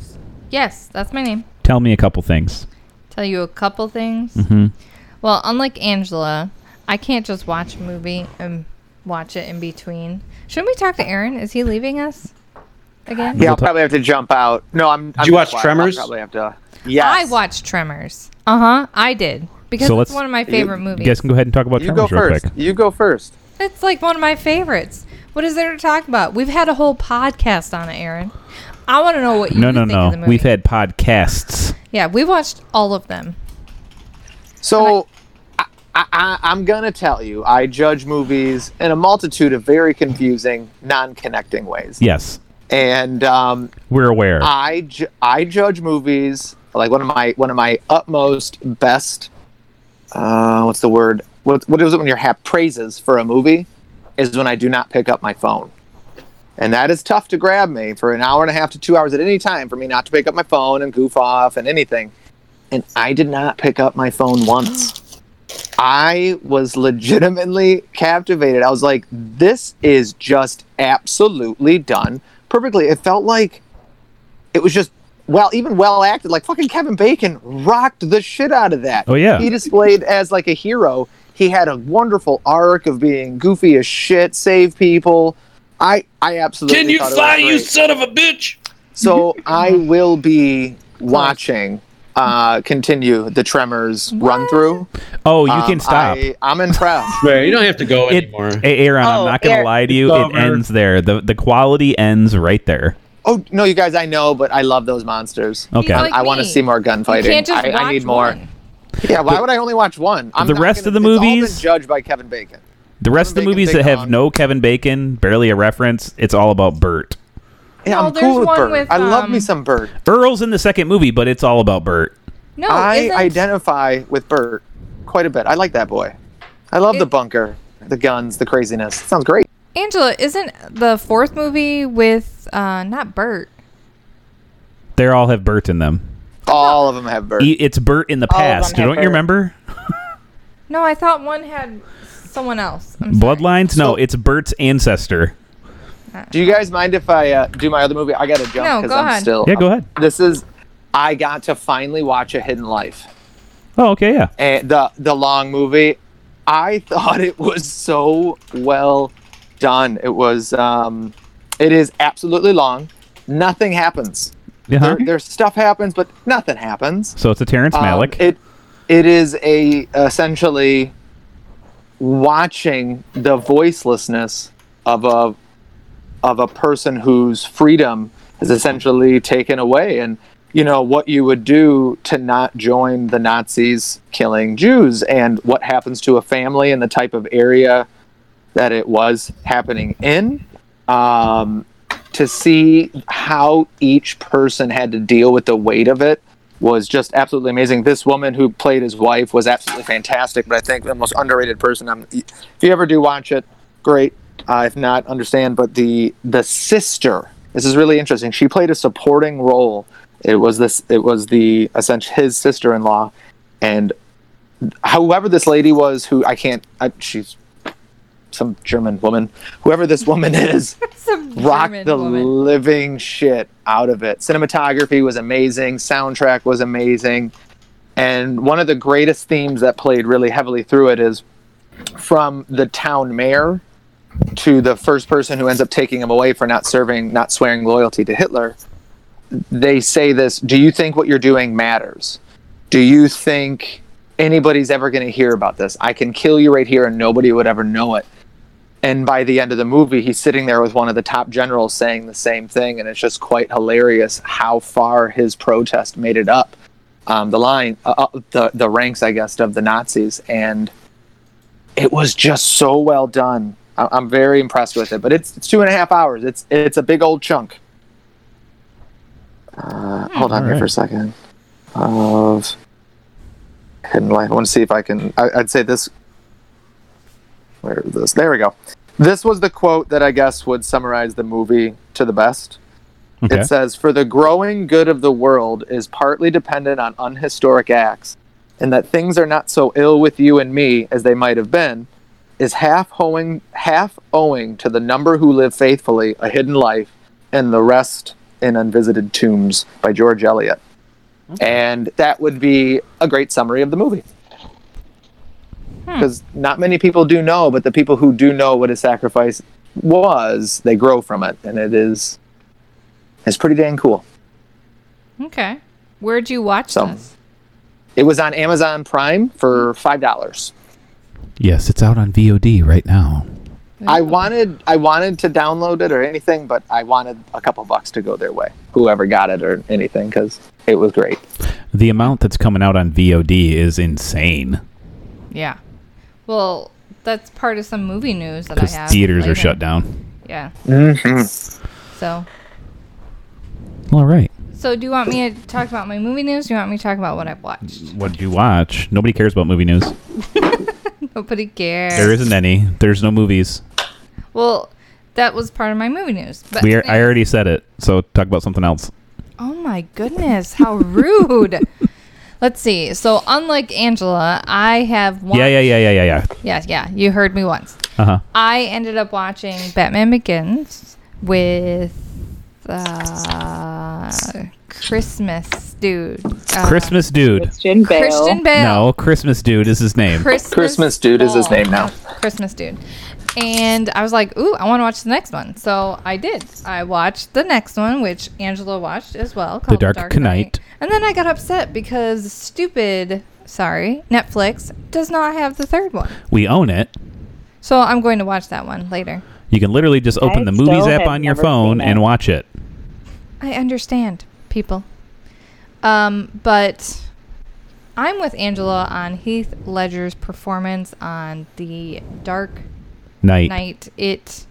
Yes, that's my name.
tell me a couple things.
Tell you a couple things.
Mm-hmm.
Well, unlike Angela, I can't just watch a movie and watch it in between. Shouldn't we talk to Aaron? Is he leaving us again?
yeah, I'll probably have to jump out. No, I'm. I'm
you
just
watch
quiet.
Tremors?
I'll probably have to. Yes.
I watched Tremors. Uh huh. I did because
So
it's
let's-
one of my favorite
You
movies.
guys can go ahead and talk about
You
Tremors
go
real
first.
quick.
You go first.
It's like one of my favorites. What is there to talk about? We've had a whole podcast on it, Aaron. I want to know what you
No, no,
think of the
no.
movie.
We've had podcasts.
yeah, we watched all of them.
So, I, I, I, I'm gonna tell you, I judge movies in a multitude of very confusing, non-connecting ways,
Yes,
and um,
we're aware.
I ju- I judge movies like one of my one of my utmost best. Uh, what's the word? What what is it when you're have praises for a movie? Is when I do not pick up my phone, and that is tough to grab me for an hour and a half to two hours at any time for me not to pick up my phone and goof off and anything. And I did not pick up my phone once. I was legitimately captivated. I was like, this is just absolutely done perfectly. It felt like it was just well, even well acted. Like fucking Kevin Bacon rocked the shit out of that.
Oh, yeah.
he displayed as like a hero. He had a wonderful arc of being goofy as shit, save people. I I absolutely
Can you
thought it was
fly, you
great.
son of a bitch?
So I will be watching. Uh, continue the Tremors run through.
oh, you
Um,
can stop.
I, I'm impressed.
Right, you don't have to go
it,
anymore.
A- Aaron,
Oh,
I'm not going to
Aaron.
lie to you.
It's over.
It ends there. The the quality ends right there.
oh no, you guys, I know, but I love those monsters.
Okay.
like
I want to
me.
see more
You
gunfighting.
can't just
I,
watch
I need more.
one.
Yeah, why would I only watch one? I'm
The
not
rest
gonna-
of the
it's all been
movies-
judged by Kevin Bacon.
the rest of the
Bacon,
movies
Big
that have
Dong.
no Kevin Bacon, barely a reference. It's all about Bert.
Yeah,
No,
I'm
Oh, there's
cool with
one
Bert.
with,
I love
um,
me some Bert.
Earl's in the second movie, but it's all about Bert.
No,
I
isn't-
identify with Bert quite a bit. I like that boy. I love the
It-
bunker, the guns, the craziness. Sounds great.
Angela, isn't the fourth movie with uh not Bert?
They all have Bert in them.
All of them have Bert.
E- It's Bert in the
All of
past.
them have
Don't you
Bert.
remember?
No, I thought one had someone else. I'm sorry.
Bloodlines? No, it's Bert's ancestor.
Do you guys mind if I uh, do my other movie? I gotta jump
No,
because
go
I'm
ahead.
still.
Yeah, go ahead.
This is. I got to finally watch A Hidden Life,
Oh, okay, yeah.
and the the long movie. I thought it was so well done. It was. Um, it is absolutely long. Nothing happens.
Uh-huh.
There, there's stuff happens, but nothing happens.
So it's a Terrence
Um,
Malick.
It it is a essentially watching the voicelessness of a of a person whose freedom is essentially taken away and you know what you would do to not join the Nazis killing Jews and what happens to a family and the type of area that it was happening in um, to see how each person had to deal with the weight of it was just absolutely amazing. This woman who played his wife was absolutely fantastic, but I think the most underrated person. I'm, if you ever do watch it, great. Uh, if not, understand. But the the sister This is really interesting. She played a supporting role. It was this. It was the essentially his sister-in-law, and however this lady was, who I can't. I, she's some German woman. Whoever this woman is,
Some
rocked
German
the
woman.
living shit out of it. Cinematography was amazing, soundtrack was amazing. And one of the greatest themes that played really heavily through it is from the town mayor to the first person who ends up taking him away for not serving, not swearing loyalty to Hitler. They say this Do you think what you're doing matters? Do you think anybody's ever going to hear about this? I can kill you right here and nobody would ever know it and by the end of the movie he's sitting there with one of the top generals saying the same thing and it's just quite hilarious how far his protest made it up um, the line uh, up the, the ranks i guess of the nazis and it was just so well done I- i'm very impressed with it but it's, it's two and a half hours it's it's a big old chunk uh, hold on here for a second of hidden life i want to see if i can I, i'd say this where is this? There we go. This was the quote that I guess would summarize the movie to the best.
Okay.
It says, For the growing good of the world is partly dependent on unhistoric acts, and that things are not so ill with you and me as they might have been, is half owing half owing to the number who live faithfully a hidden life, and the rest in unvisited tombs by George Eliot. And that would be a great summary of the movie because not many people do know, but the people who do know what a sacrifice was, they grow from it, and it is it's pretty dang cool.
Okay. Where'd you watch
So-
this?
It was on Amazon Prime for five dollars.
Yes, it's out on VOD right now.
I wanted I wanted to download it or anything, but I wanted a couple bucks to go their way, whoever got it or anything, because it was great.
The amount that's coming out on VOD is insane
Yeah. Well, that's part of some movie news that I
because
have.
theaters are
later.
shut down.
Yeah.
Mhm.
So,
All right.
so do you want me to talk about my movie news? Do you want me to talk about what I've watched?
What did you watch? Nobody cares about movie news.
Nobody cares.
There isn't any. There's no movies.
Well, that was part of my movie news. But
We are, I already said it. So talk about something else.
Oh my goodness, how rude. Let's see. So, unlike Angela, I have watched.
Yeah, yeah, yeah, yeah, yeah, yeah.
Yeah, yeah. You heard me once.
Uh huh.
Uh-huh.
I ended up watching Batman Begins with uh, Christmas dude. Uh,
Christmas dude.
Christian Bale.
Christian Bale.
No, Christmas dude is his name.
Christmas,
Christmas dude is his
Ball.
name now.
Christmas dude. And I was like, ooh, I want to watch the next one. So I did. I watched the next one, which Angela watched as well. called
Dark Knight.
And then I got upset because stupid, sorry, Netflix does not have the third one.
We own it.
So I'm going to watch that one later.
You can literally just open
I
the movies
still
app
have
on your
never seen
phone
it.
and watch it.
I understand, people. Um, but I'm with Angela on Heath Ledger's performance on the Dark
Night.
Knight. It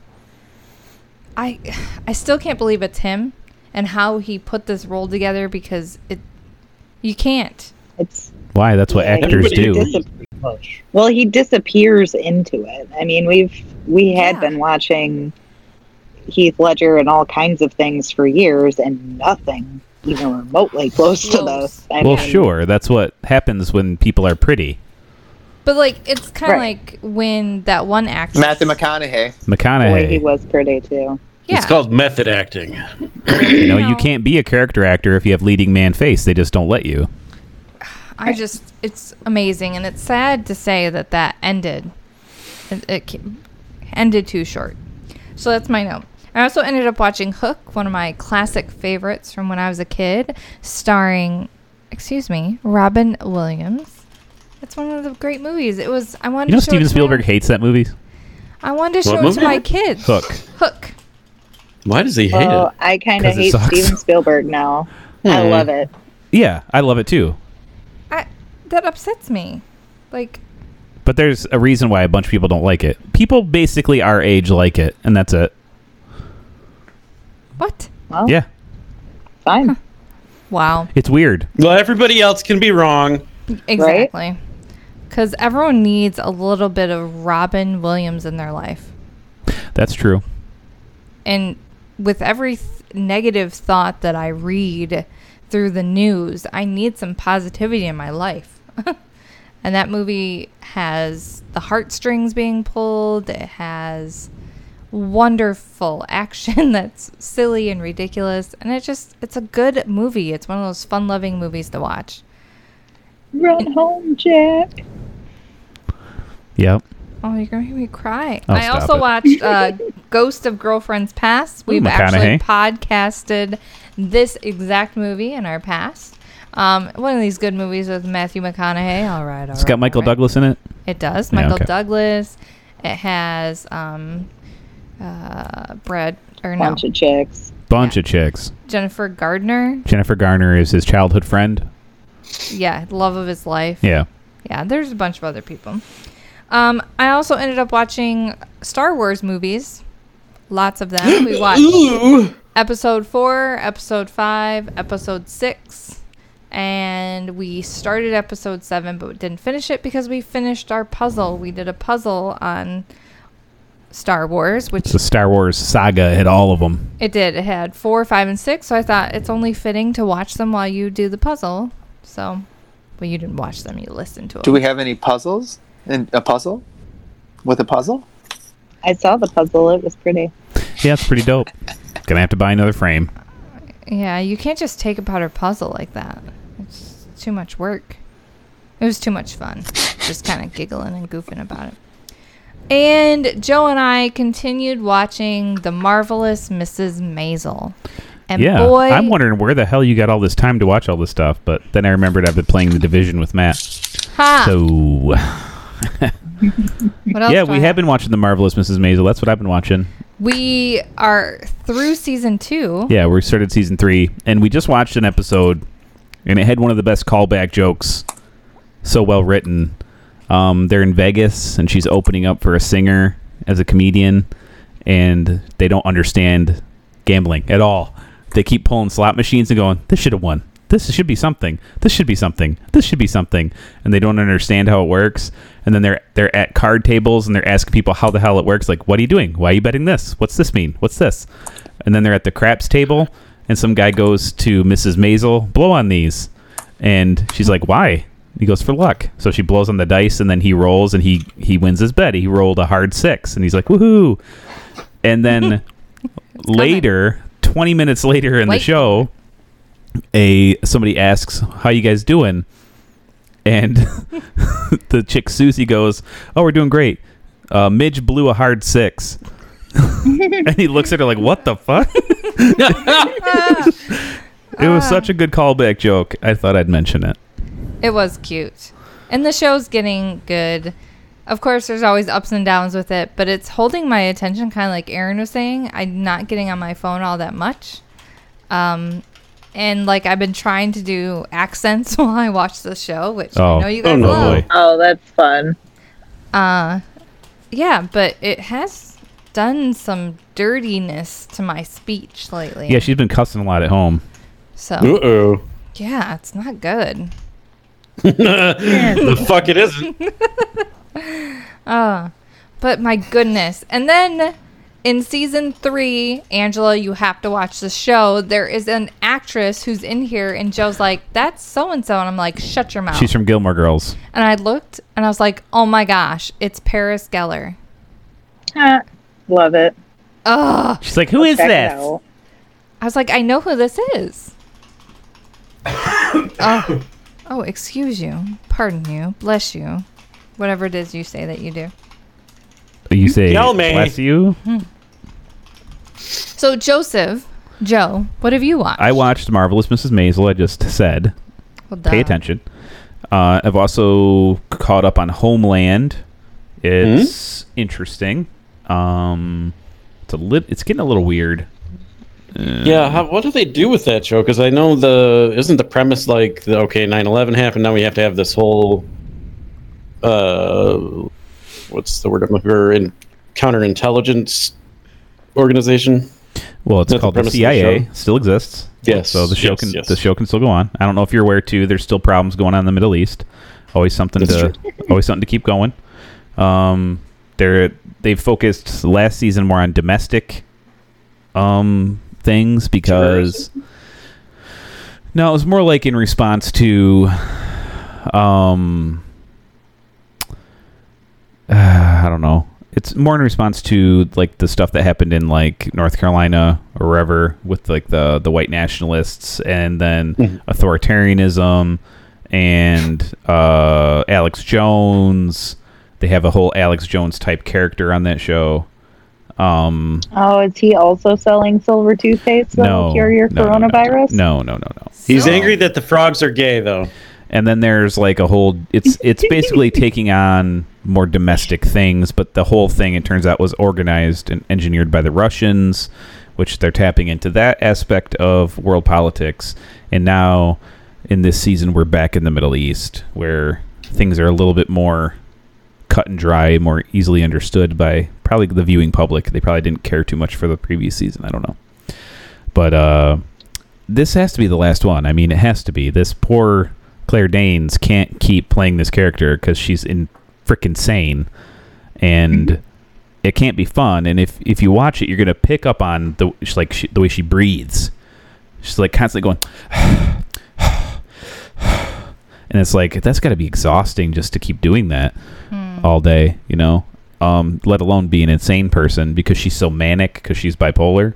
I I still can't believe it's him and how he put this role together because it you can't.
It's
Why? That's what
Yeah,
actors
everybody
do.
did this. well, he disappears into it. I mean, we've we had
Yeah.
been watching Heath Ledger and all kinds of things for years, and nothing even remotely close to
Close.
this. I
Well,
mean,
sure. That's what happens when people are pretty.
But like it's kind of
Right.
like when that one actor
Matthew McConaughey.
Boy, he
McConaughey.
was pretty too.
yeah,
It's called method acting.
You know, you
No.
can't be a character actor if you have leading man face. They just don't let you.
I just it's amazing and it's sad to say that that ended. It, it ca- ended too short. So that's my note. I also ended up watching Hook, one of my classic favorites from when I was a kid, starring, excuse me, Robin Williams. It's one of the great movies. It was I wanted
You know,
to show it
Steven
to my-
Spielberg hates that movie.
I wanted to
What
show it to
movie?
my kids.
Hook.
Hook.
Why does he hate
Well,
Uh,
it?
I kind
'Cause
of
it
hate
sucks.
Steven Spielberg now. I love it.
Yeah, I love it too.
I, that upsets me. Like
But there's a reason why a bunch of people don't like it. People basically our age like it, and that's it.
what?
Well,
Yeah,
fine.
Wow.
it's weird.
Well, everybody else can be wrong.
Exactly. Because everyone needs a little bit of Robin Williams in their life.
That's true.
And with every th- negative thought that I read through the news, I need some positivity in my life. and that movie has the heartstrings being pulled, it has wonderful action that's silly and ridiculous and it just it's a good movie it's one of those fun-loving movies to watch
Run home, Jack.
Yep.
Oh, you're gonna make me cry.
Oh,
I
stop
also
it.
watched uh, Ghost of Girlfriends Past. We've actually
McConaughey.
podcasted this exact movie in our past. Um, one of these good movies with Matthew McConaughey. All right, all
It's got
right,
Michael
all right.
Douglas in it.
It does.
Yeah,
Michael
okay.
Douglas. It has um, uh, Brad or no
Bunch of chicks.
Bunch of chicks.
Jennifer Gardner.
Jennifer Garner is his childhood friend.
Yeah, love of his life.
Yeah.
Yeah, there's a bunch of other people. Um, I also ended up watching Star Wars movies. Lots of them. We watched episode four, episode five, episode six, and we started episode seven but didn't finish it because we finished our puzzle. We did a puzzle on Star Wars, which
It's a Star Wars saga. Hit all of them.
it did. It had four, five, and six. So I thought it's only fitting to watch them while you do the puzzle. So, well, you didn't watch them. You listened to them.
Do we have any puzzles? And a puzzle? With a puzzle?
I saw the puzzle. It was pretty.
Yeah, it's pretty dope. Gonna have to buy another frame.
Yeah, you can't just take apart a puzzle like that. It's too much work. It was too much fun. Just kind of giggling and goofing about it. And Joe and I continued watching The Marvelous Mrs. Maisel. And
yeah.
boy,
I'm wondering where the hell you got all this time to watch all this stuff, but then I remembered I've been playing the division with Matt.
ha,
So
what else
yeah,
do
we
I
have been watching the marvelous Mrs. Maisel. That's what I've been watching.
We are through season two.
Yeah, we started season three, and we just watched an episode, and it had one of the best callback jokes. So well written. Um, they're in Vegas, and she's opening up for a singer as a comedian, and they don't understand gambling at all. They keep pulling slot machines and going, "This should have won. This should be something. This should be something. This should be something." And they don't understand how it works. And then they're they're at card tables and they're asking people how the hell it works. Like, "What are you doing? Why are you betting this? What's this mean? What's this?" And then they're at the craps table, and some guy goes to Mrs. Maisel, "Blow on these," and she's like, "Why?" He goes for luck. So she blows on the dice, and then he rolls, and he he wins his bet. He rolled a hard six, and he's like, "Woohoo!" And then later, twenty minutes later in
Wait.
the show, a somebody asks, "How you guys doing?" And the chick Susie goes, "Oh, we're doing great." Uh, Midge blew a hard six, and he looks at her like, "What the fuck?" it was such a good callback joke. I thought I'd mention it.
It was cute. And the show's getting good. Of course, there's always ups and downs with it, but it's holding my attention, kind of like Aaron was saying. I'm not getting on my phone all that much. Um, and like I've been trying to do accents while I watch the show, which
Oh.
I know you
Oh,
guys
no,
love.
boy.
Oh, that's fun.
Uh, yeah, but it has done some dirtiness to my speech lately.
Yeah, she's been cussing a lot at home.
So
Uh oh.
yeah, it's not good.
the fuck it isn't.
But my goodness. And then in season three, Angela, you have to watch the show. There is an actress who's in here, and Joe's like, that's so and so. And I'm like, shut your mouth.
She's from Gilmore Girls.
and I looked and I was like, oh my gosh, it's Paris Geller.
Huh. Love it.
Ugh.
She's like, "Who is
Check it
this?"
out.
I was like, I know who this is. oh. oh, excuse you. Pardon you. Bless you. Whatever it is you say that you do.
You say,
Tell me.
"Bless you."
So, Joseph, Joe, what have you watched?
I watched Marvelous Mrs. Maisel. I just said,
Well,
pay
duh.
attention. Uh, I've also caught up on Homeland.
Hmm?
It's interesting. Um, it's a lit. It's getting a little weird.
Yeah, how, what do they do with that show? Because I know the isn't the premise like the, okay, 9-11 happened, now we have to have this whole uh, what's the word I'm looking for? In, counterintelligence organization.
Well, it's
That's the
called the,
premise of the
CIA.
show.
still exists.
Yes,
So the show
yes,
can
yes.
the show can still go on. I don't know if you're aware too. There's still problems going on in the Middle East. Always something
That's
to always something to keep going. Um, they're they've focused last season more on domestic um things because no, it was more like in response to um uh, I don't know. It's more in response to like the stuff that happened in like North Carolina or wherever with like the the white nationalists and then authoritarianism and uh, Alex Jones. They have a whole Alex Jones type character on that show. Um,
Oh, is he also selling silver toothpaste that'll
no,
cure your
no, no, no,
coronavirus?
No, no, no, no. no.
He's angry that the frogs are gay, though.
and then there's like a whole it's it's basically taking on more domestic things but the whole thing it turns out was organized and engineered by the russians which they're tapping into that aspect of world politics and now in this season we're back in the middle east where things are a little bit more cut and dry more easily understood by probably the viewing public they probably didn't care too much for the previous season i don't know but uh this has to be the last one. I mean, it has to be. This poor Claire Danes can't keep playing this character because she's in freaking sane, and it can't be fun. And if if you watch it, you're gonna pick up on the she's like she, the way she breathes. She's like constantly going, and it's like that's got to be exhausting just to keep doing that all day, you know. Um, let alone be an insane person because she's so manic because she's bipolar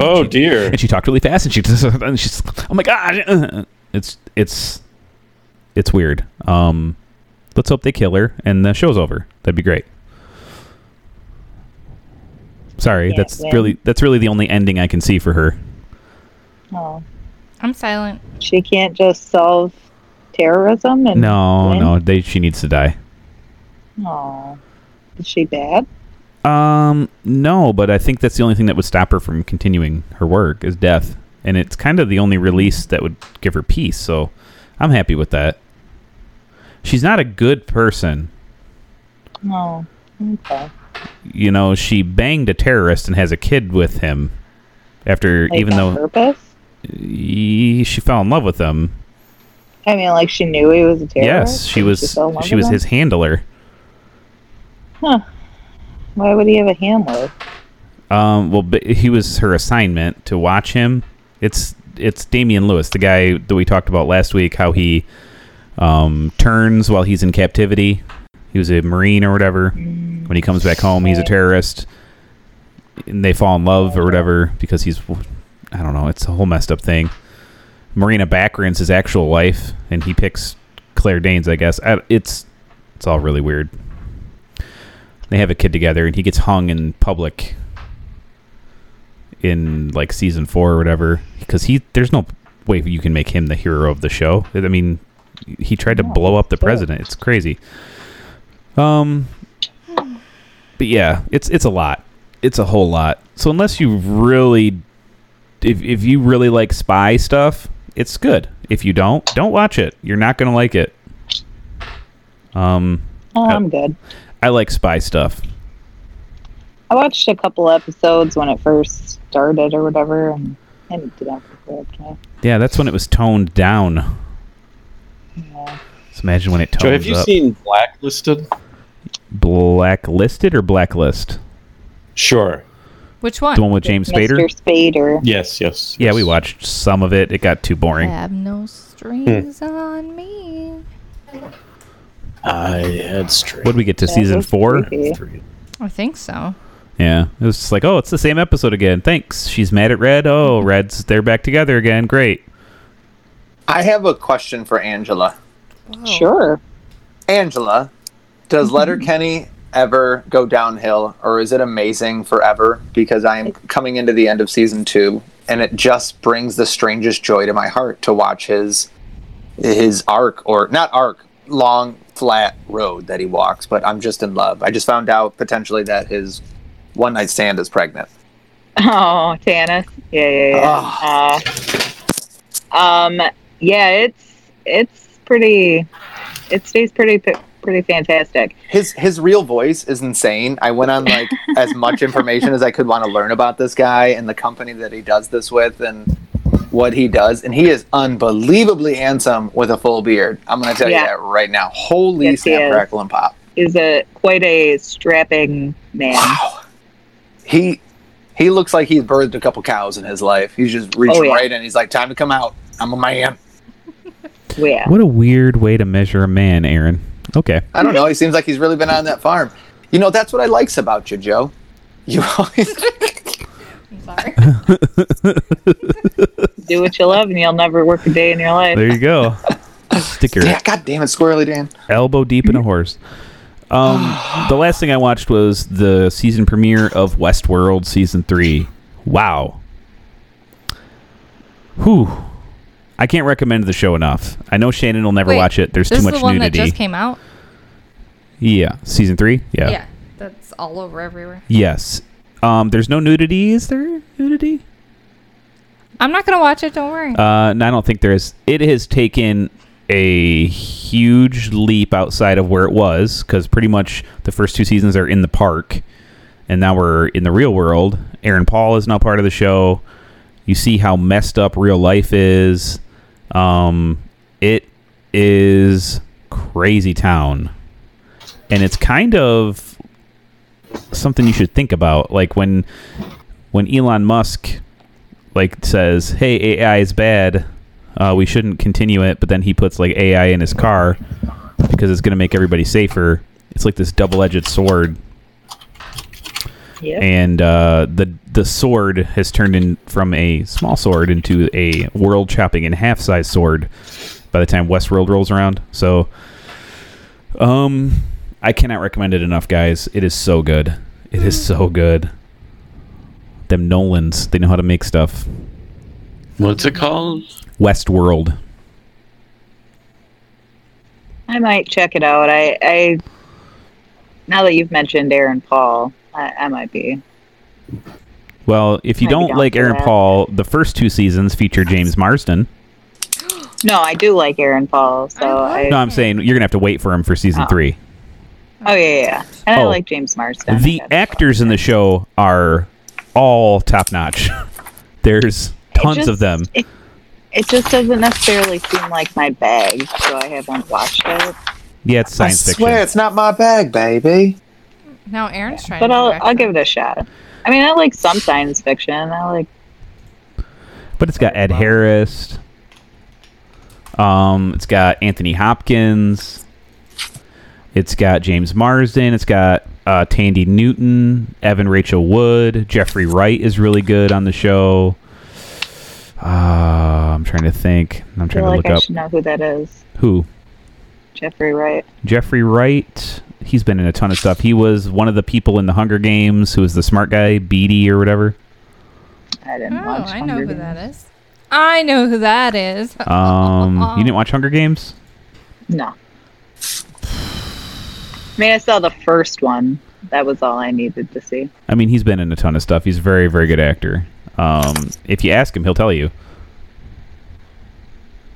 Oh dear.
and she talked really fast and she just and she's oh my god it's it's it's weird um let's hope they kill her and the show's over that'd be great sorry
Yeah,
that's
yeah.
really that's really the only ending i can see for her
Oh,
I'm silent.
she can't just solve terrorism and
no
win?
no they she needs to die
Oh, is she bad?
um no but i think that's the only thing that would stop her from continuing her work is death and it's kind of the only release that would give her peace so i'm happy with that she's not a good person
No. Okay.
you know, she banged a terrorist and has a kid with him after
Like,
even
on
though
purpose.
he, she fell in love with him.
I mean, like she knew he was a terrorist.
yes, she
and
was
fell in love
she
with
was
him?
his handler.
Why would he have a handler?
Um well but he was her assignment to watch him. It's it's Damian Lewis, the guy that we talked about last week how he um turns while he's in captivity. He was a marine or whatever. When he comes back home, he's a terrorist. And they fall in love or whatever because he's I don't know, it's a whole messed up thing. Marina Baccarin's his actual wife, and he picks Claire Danes, I guess. I, it's it's all really weird. They have a kid together, and he gets hung in public in like season four or whatever because he there's no way you can make him the hero of the show. I mean, he tried to blow up the president. It's crazy. Um, but yeah, it's it's a lot. It's a whole lot. So unless you really if if you really like spy stuff, it's good. If you don't, don't watch it. You're not gonna like it. Um,
Oh,
Uh,
I'm good.
I like spy stuff.
I watched a couple episodes when it first started or whatever, and it didn't grab me.
Yeah, that's when it was toned down. So imagine when it tones
Joe, have you
up.
seen Blacklisted?
Blacklisted or Blacklist?
Sure.
Which one?
The one with James Spader.
Mr. Spader.
Yes, yes.
Yeah, we
yes.
watched some of it. It got too boring.
Have no strings on me.
I had straight.
What did we get to season
was
four?
creepy.
I think so.
Yeah, it was just like, oh, it's the same episode again. Thanks. She's mad at Red. Oh,
Mm-hmm.
Red's they're back together again. Great.
I have a question for Angela.
Sure.
Angela, does Letterkenny ever go downhill, or is it amazing forever? Because I am coming into the end of season two, and it just brings the strangest joy to my heart to watch his his arc, or not arc, long flat road that he walks. But I'm just in love. I just found out potentially that his one night stand is pregnant.
Oh, Tana. Yeah, yeah,
Ah.
yeah. Uh, um, yeah, it's it's pretty. It stays pretty p- pretty fantastic.
His his real voice is insane. I went on like as much information as I could want to learn about this guy and the company that he does this with and what he does. And he is unbelievably handsome with a full beard. I'm gonna tell
Yeah.
you that right now. Holy
Yes, he
snap,
is.
crackle, and pop!
Is a quite a strapping man.
Wow. He He looks like he's birthed a couple cows in his life. He's just reaching
Oh, yeah.
right in. He's like, "Time to come out. I'm a man."
Yeah.
What a weird way to measure a man, Aaron. Okay.
I don't know. He seems like he's really been on that farm. You know, that's what I likes about you, Joe. You always
I'm sorry.
Do what you love and you'll never work a day in your life.
There you go. Sticker.
yeah, God damn it, Squirrely Dan.
elbow deep in a horse. Um, the last thing I watched was the season premiere of Westworld season three. Wow. Whew. I can't recommend the show enough. I know Shannon will never
Wait,
watch it. There's
this
too much
is the one
nudity.
that just came out.
yeah, season three. Yeah.
yeah, that's all over everywhere.
Yes. Um, there's no nudity. Is there nudity?
I'm not gonna watch it. Don't worry.
Uh, no, I don't think there is. It has taken a huge leap outside of where it was because pretty much the first two seasons are in the park, and now we're in the real world. Aaron Paul is now part of the show. You see how messed up real life is. Um, it is crazy town, and it's kind of something you should think about. Like when when Elon Musk like says, "Hey, AI is bad. Uh, we shouldn't continue it." But then he puts like AI in his car because it's going to make everybody safer. It's like this double-edged sword,
Yeah.
and uh, the the sword has turned in from a small sword into a world-chopping and half-size sword by the time Westworld rolls around. So, um, I cannot recommend it enough, guys. It is so good. It is so good. Them Nolans, they know how to make stuff.
What's it called?
Westworld.
I might check it out. I, I now that you've mentioned Aaron Paul, I, I might be.
Well, if you
Might be
don't
down
like
for
Aaron
that.
Paul, the first two seasons feature James Marsden.
No, I do like Aaron Paul, so
I
I,
like-
No, I'm saying you're gonna have to wait for him for season
Oh.
three.
oh yeah, yeah, yeah. And
Oh.
I like James Marsden.
the
That's-
actors in the show are all top notch. There's
it
tons
just-
of them.
It, it just doesn't necessarily seem like my bag, so I haven't watched it.
Yeah, it's science
I
fiction.
swear, it's not my bag, baby.
now Aaron's trying.
But
to
I'll
direct
I'll
it.
give it a shot. I mean, I like some science fiction. I like
But it's got Ed Harris. Um, it's got Anthony Hopkins. It's got James Marsden. It's got uh, Tandy Newton, Evan Rachel Wood, Jeffrey Wright is really good on the show. Uh, I'm trying to think. I'm
I
trying
feel
to
like
look
I
up
should know who that is.
who
Jeffrey Wright.
Jeffrey Wright. He's been in a ton of stuff. He was one of the people in the Hunger Games who was the smart guy, Beatty or whatever.
I
Oh,
didn't watch.
I know
Hunger
who
Games.
that is. I know who that is.
Um, you didn't watch Hunger Games?
No. I mean, I saw the first one. That was all I needed to see.
I mean, he's been in a ton of stuff. He's a very, very good actor. Um, if you ask him, he'll tell you.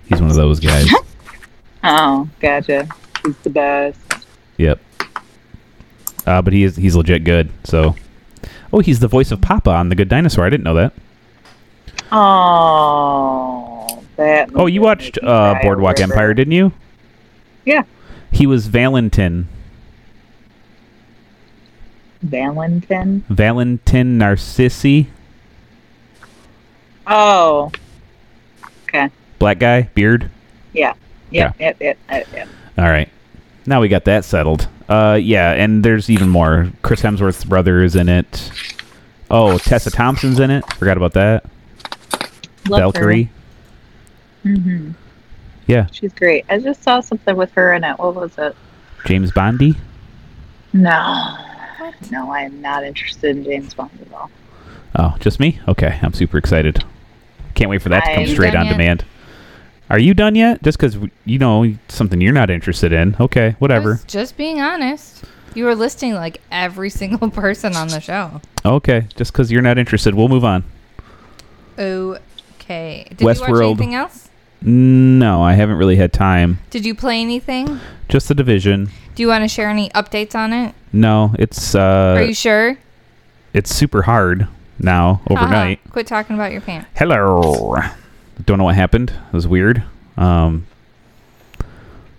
He's one of those guys.
Oh, gotcha. He's the best.
yep. Uh, but he is, he's legit good. So, oh, he's the voice of Papa on The Good Dinosaur. I didn't know that.
Oh, that.
Oh, you
movie
watched
made me
uh,
cry
Boardwalk
over
Empire,
it.
didn't you?
Yeah.
He was Valentin,
Valentin.
Valentin Narcissi,
Oh. Okay.
black guy, beard.
Yeah. Yep. Yep. Yep. Yep. yep.
All right. Now we got that settled. Uh, yeah, and there's even more. Chris Hemsworth's brother is in it. Oh, Tessa Thompson's in it. Forgot about that.
Love her.
Valkyrie.
Mhm.
Yeah,
She's great. I just saw something with her in it. What was it?
James Bondy.
No.
What?
No, I am not interested in James Bond at all.
Oh, just me? Okay, I'm super excited. Can't wait for that to
Are
come
you
straight
done
on
yet?
demand. Are you done yet? Just because you know something you're not interested in. Okay,
I
whatever.
was just being honest. You were listing like every single person on the show.
Okay, just because you're not interested, we'll move on.
Okay. Did you watch
Westworld.
anything else?
No, I haven't really had time.
Did you play anything?
Just the division.
Do you want to share any updates on it?
No, it's uh,
Are you sure?
it's super hard now
Haha,
overnight.
Quit talking about your pants.
Hello. Don't know what happened. It was weird. Um,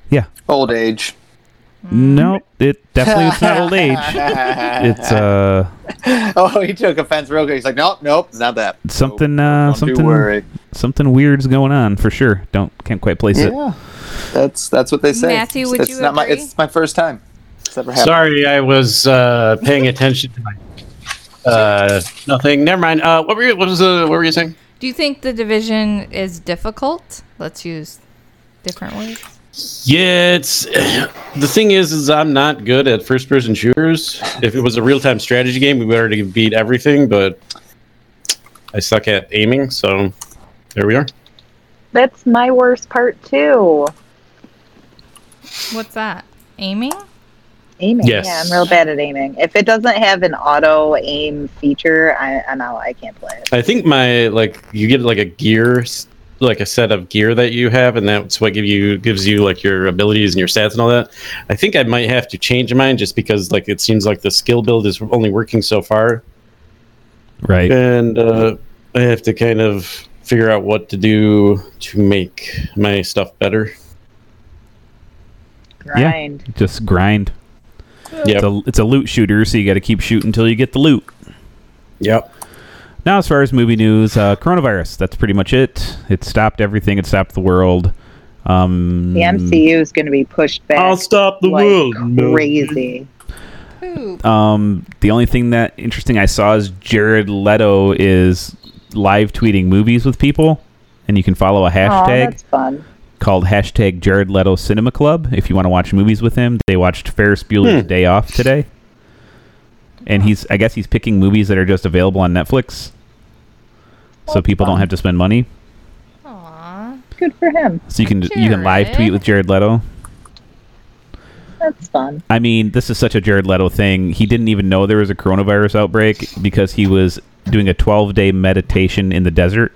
yeah,
Old age.
Nope. It definitely it's not old age. It's uh
oh, he took offense real quick. He's like, nope, nope, it's not that.
something uh
Don't you
something
worry.
something weird's going on for sure. Don't can't quite place it.
Yeah, that's that's what they say.
Matthew, would
it's
you
not my
agree?
it's my first time. It's ever happened.
Sorry, I was uh, paying attention to my uh, nothing. Never mind. Uh, what were you? What was the? What were you saying?
Do you think the division is difficult? Let's use different words.
Yeah, it's the thing is, is I'm not good at first person shooters. If it was a real time strategy game, we would already beat everything. But I suck at aiming, so there we are.
That's my worst part too.
What's that? Aiming?
Aiming.
Yes.
Yeah, I'm real bad at aiming. If it doesn't have an auto aim feature, I, I'm out. I can't play it.
I think my like you get like a gear, like a set of gear that you have, and that's what give you gives you like your abilities and your stats and all that. I think I might have to change mine just because like it seems like the skill build is only working so far,
Right.
and uh, I have to kind of figure out what to do to make my stuff better.
Grind.
Just grind.
Yep.
It's a it's a loot shooter, so you got to keep shooting until you get the loot.
Yep.
Now, as far as movie news, uh, coronavirus. That's pretty much it. It stopped everything. It stopped the world. Um,
The MCU is going to be pushed back.
Mm. I'll stop the
like
world.
Crazy.
Who?
Um, the only thing that interesting I saw is Jared Leto is live tweeting movies with people, and you can follow a
Aw,
hashtag
that's fun.
called hashtag Jared Leto Cinema Club if you want to watch movies with him. They watched Ferris Bueller's Day Off today, and he's I guess he's picking movies that are just available on Netflix, so people don't have to spend money.
Aw.
Good for him.
So you can you can live tweet
Jared.
with Jared Leto.
That's fun.
I mean, this is such a Jared Leto thing. He didn't even know there was a coronavirus outbreak because he was doing a 12 day meditation in the desert.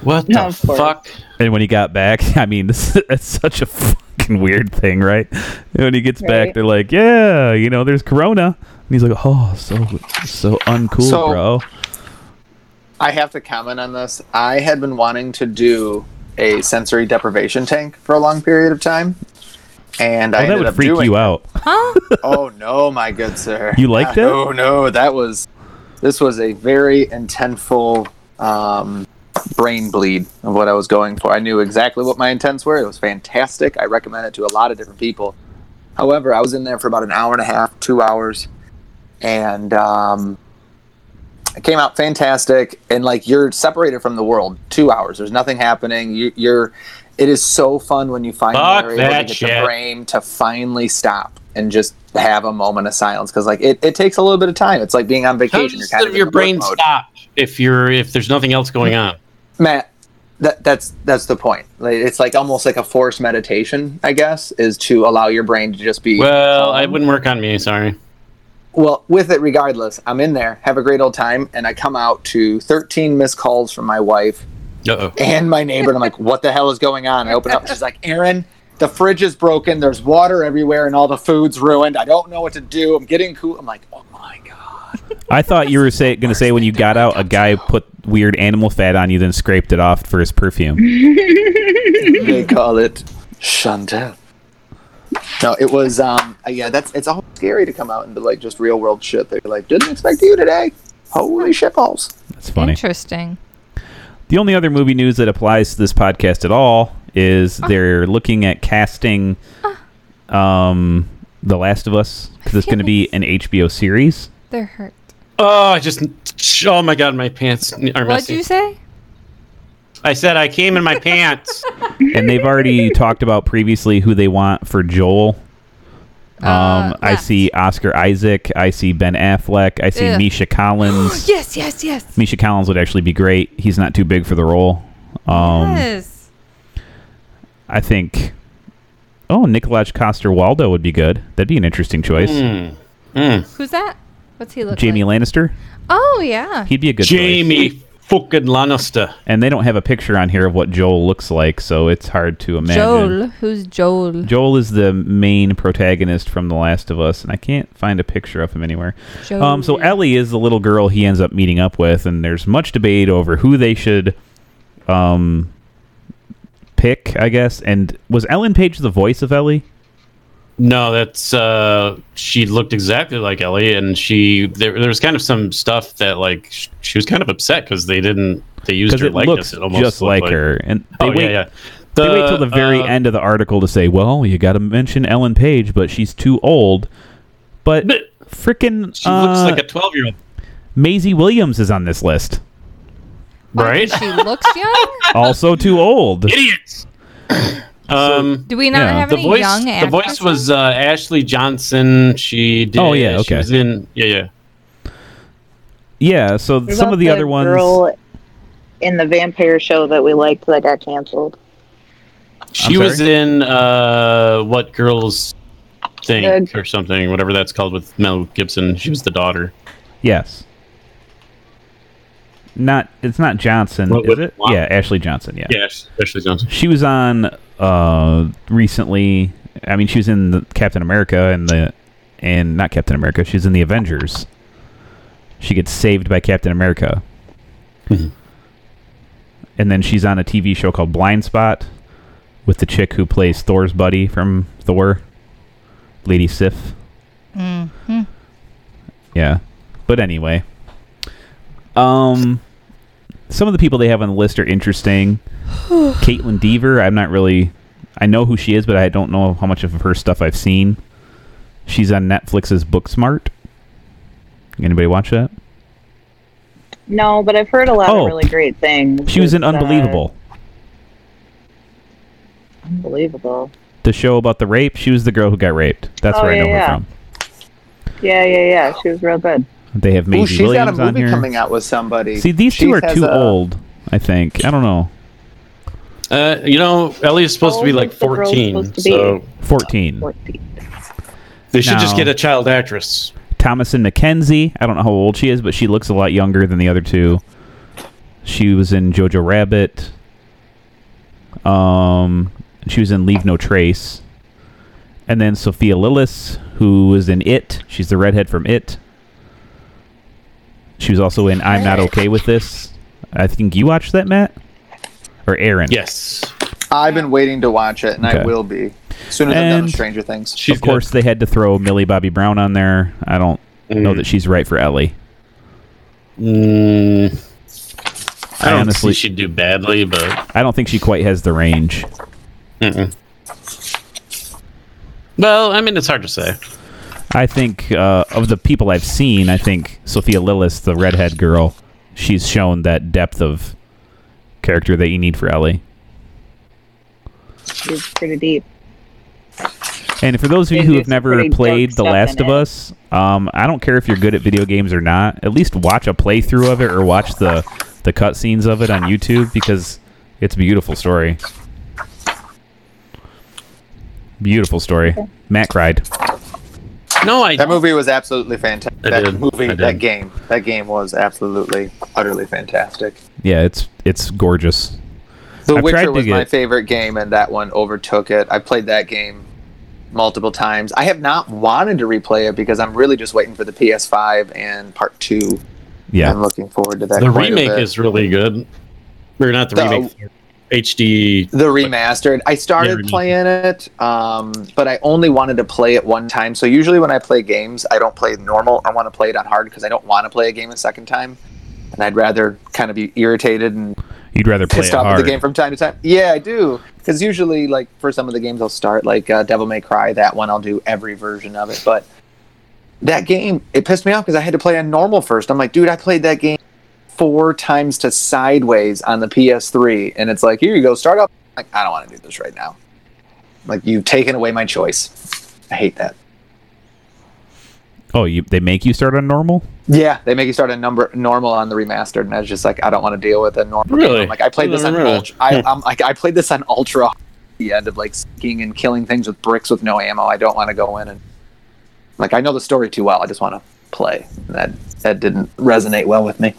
What
No,
the
of course.
fuck?
And when he got back, I mean, this it's such a fucking weird thing, right? And when he gets back,
Right.
they're like, yeah, you know, there's corona. And he's like, oh, so so uncool,
So-
bro.
I have to comment on this. I had been wanting to do a sensory deprivation tank for a long period of time, and
Well, Oh, that
I ended
would
up
freak
doing.
you out.
Huh?
Oh no, my good sir!
You liked it?
Oh no, that was this was a very intentful um, brain bleed of what I was going for. I knew exactly what my intents were. It was fantastic. I recommend it to a lot of different people. However, I was in there for about an hour and a half, two hours, and um, it came out fantastic. And like you're separated from the world, two hours. There's nothing happening. You, you're. It is so fun when you finally
Fuck
are able to
that
get
shit.
the brain to finally stop and just have a moment of silence because like it, it takes a little bit of time. It's like being on
How
vacation. You're
does
kind of in
your
the work
brain
mode.
stop if you're if there's nothing else going on?
Matt, that that's that's the point. Like, it's like almost like a forced meditation, I guess, is to allow your brain to just be
Well, I wouldn't work on me. Sorry.
well with it. Regardless, I'm in there, have a great old time, and I come out to 13 missed calls from my wife
Uh oh.
and my neighbor, and I'm like, "What the hell is going on?" I open up, she's like, "Aaron." The fridge is broken. There's water everywhere, and all the food's ruined. I don't know what to do. I'm getting cool. I'm like, oh my god.
I thought you were say, gonna say when you got out, a guy put weird animal fat on you, then scraped it off for his perfume.
they call it Chantel. No, it was um uh, yeah, that's it's all scary to come out into like just real world shit. They're like, didn't expect you today. Holy shitballs.
That's funny.
Interesting.
The only other movie news that applies to this podcast at all is they're looking at casting um, The Last of Us because it's going to be an HBO series.
They're hurt.
Oh, I just. Oh my god, my pants are
What'd
messy.
you say?
I said I came in my pants.
And they've already talked about previously who they want for Joel. Um,
Uh,
I
left.
see Oscar Isaac. I see Ben Affleck. I see
Ugh.
Misha Collins.
Yes, yes, yes.
Misha Collins would actually be great. He's not too big for the role. Um,
yes.
I think. Oh, Nikolaj Coster Waldo would be good. That'd be an interesting choice.
Who's that? What's he look
Jamie
Hmm. like?
Lannister.
oh, yeah.
He'd be a good choice.
Jamie fucking Lannister.
And they don't have a picture on here of what Joel looks like, so it's hard to imagine.
Joel. Who's Joel?
Joel is the main protagonist from The Last of Us, and I can't find a picture of him anywhere.
Joel.
Um, so Ellie is the little girl he ends up meeting up with, and there's much debate over who they should um, pick, I guess. And was Ellen Page the voice of Ellie?
No, that's uh she looked exactly like Ellie and she there, there was kind of some stuff that like sh- she was kind of upset cuz they didn't they used
because
her
it
likeness
looks
it almost
just
looked
like her. And they
Oh
wait,
yeah, yeah.
they wait till the very
uh,
end of the article to say, "Well, you got to mention Ellen Page, but she's too old." But
But
freaking
she
uh,
looks like a 12-year-old,
Maisie Williams is on this list,
right?
Oh, She looks young.
also too old.
Idiots. Um
Do we not
Yeah.
have
the
any
voice
young actors?
the voice was uh, Ashley Johnson. She did
Oh, yeah,
she
okay.
was in yeah, yeah.
Yeah, so
What
some
about
of the, other ones.
girl in the vampire show that we liked that got canceled.
She
I'm
was in uh, what girls think
The-
or something, whatever that's called with Mel Gibson. She was the daughter.
Yes. Not it's not Johnson,
What
is
was-
it? Yeah, Ashley Johnson. Yeah.
Yeah, Ashley Johnson.
She was on uh recently. I mean, she was in the Captain America and the and not Captain America. She's in the Avengers. She gets saved by Captain America. and then she's on a TV show called Blind Spot with the chick who plays Thor's buddy from Thor, Lady Sif. Mm-hmm. Yeah. But anyway, um some of the people they have on the list are interesting. Caitlin Deaver, I'm not really. I know who she is, but I don't know how much of her stuff I've seen. She's on Netflix's Booksmart. Anybody watch that?
No, but I've heard a lot
Oh.
of really great things.
She was in
It's, uh,
Unbelievable,
unbelievable.
the show about the rape. She was the girl who got raped. That's
Oh,
where I know
yeah, yeah.
her from.
Yeah, yeah, yeah. She was real good.
They have Maisie
Ooh, she's
Williams
got a
on
movie
here.
coming out with somebody.
See, these two
She
are
has
too
a-
old. I think. I don't know.
Uh, you know, Ellie is supposed
How
to be
old
like
is the girl
14,
supposed to be?
so
Fourteen.
Four feet.
they should just
No.
get a child actress.
Thomason McKenzie. I don't know how old she is, but she looks a lot younger than the other two. She was in Jojo Rabbit. Um, she was in Leave No Trace. And then Sophia Lillis, who was in It. She's the redhead from It. She was also in I'm Not Okay With This. I think you watched that, Matt? Or Aaron?
Yes,
I've been waiting to watch it, and
Okay.
I will be as soon as I'm done
And-
with Stranger Things.
she's
of course, they had to throw Millie Bobby Brown on there. I don't know
Mm.
that she's right for Ellie.
Got, mm, I
I
don't
honestly-
honestly she'd do badly, but
I don't think she quite has the range.
mm-mm. well, I mean, it's hard to say.
I think uh, of the people I've seen, I think Sophia Lillis, the redhead girl, she's shown that depth of character that you need for Ellie.
She was pretty deep.
And for those of you
It
who
is
have never
pretty
played
dark
The
stuff
Last
in
of
it.
Us, um, I don't care if you're good at video games or not. At least watch a playthrough of it or watch the the cutscenes of it on YouTube because it's a beautiful story. Beautiful story. Matt cried.
No, I
That movie was absolutely fantastic.
I
That
did. I
movie,
did.
that game, that game was absolutely, utterly fantastic.
Yeah, it's it's gorgeous.
The
I've tried to
Witcher was my
get-
favorite game, and that one overtook it. I played that game multiple times. I have not wanted to replay it because I'm really just waiting for the PS5 and Part Two.
Yeah.
I'm looking forward to that.
the
quite a
remake
bit.
is really good. Or not the
The-
remake, HD.
the remastered. I started
Yeah, remastered.
playing it, um, but I only wanted to play it one time. So usually when I play games, I don't play normal. I want to play it on hard because I don't want to play a game a second time. And I'd rather kind of be irritated and
You'd rather play it
pissed off
hard.
at the game from time to time. Yeah, I do. Because usually, like for some of the games, I'll start like uh, Devil May Cry. That one, I'll do every version of it. But that game, it pissed me off because I had to play on normal first. I'm like, dude, I played that game four times to sideways on the PS3, and it's like, here you go, start up. I'm like, I don't want to do this right now. Like you've taken away my choice. I hate that.
Oh, you, they make you start on normal?
Yeah, they make you start a number normal on the remastered, and I was just like, I don't want to deal with a normal.
Really?
game. I'm like I played
I
this on
remember
ultra. I, I'm like I played this on ultra. at The end of like skiing and killing things with bricks with no ammo. I don't want to go in and like I know the story too well. I just want to play. And That that didn't resonate well with me.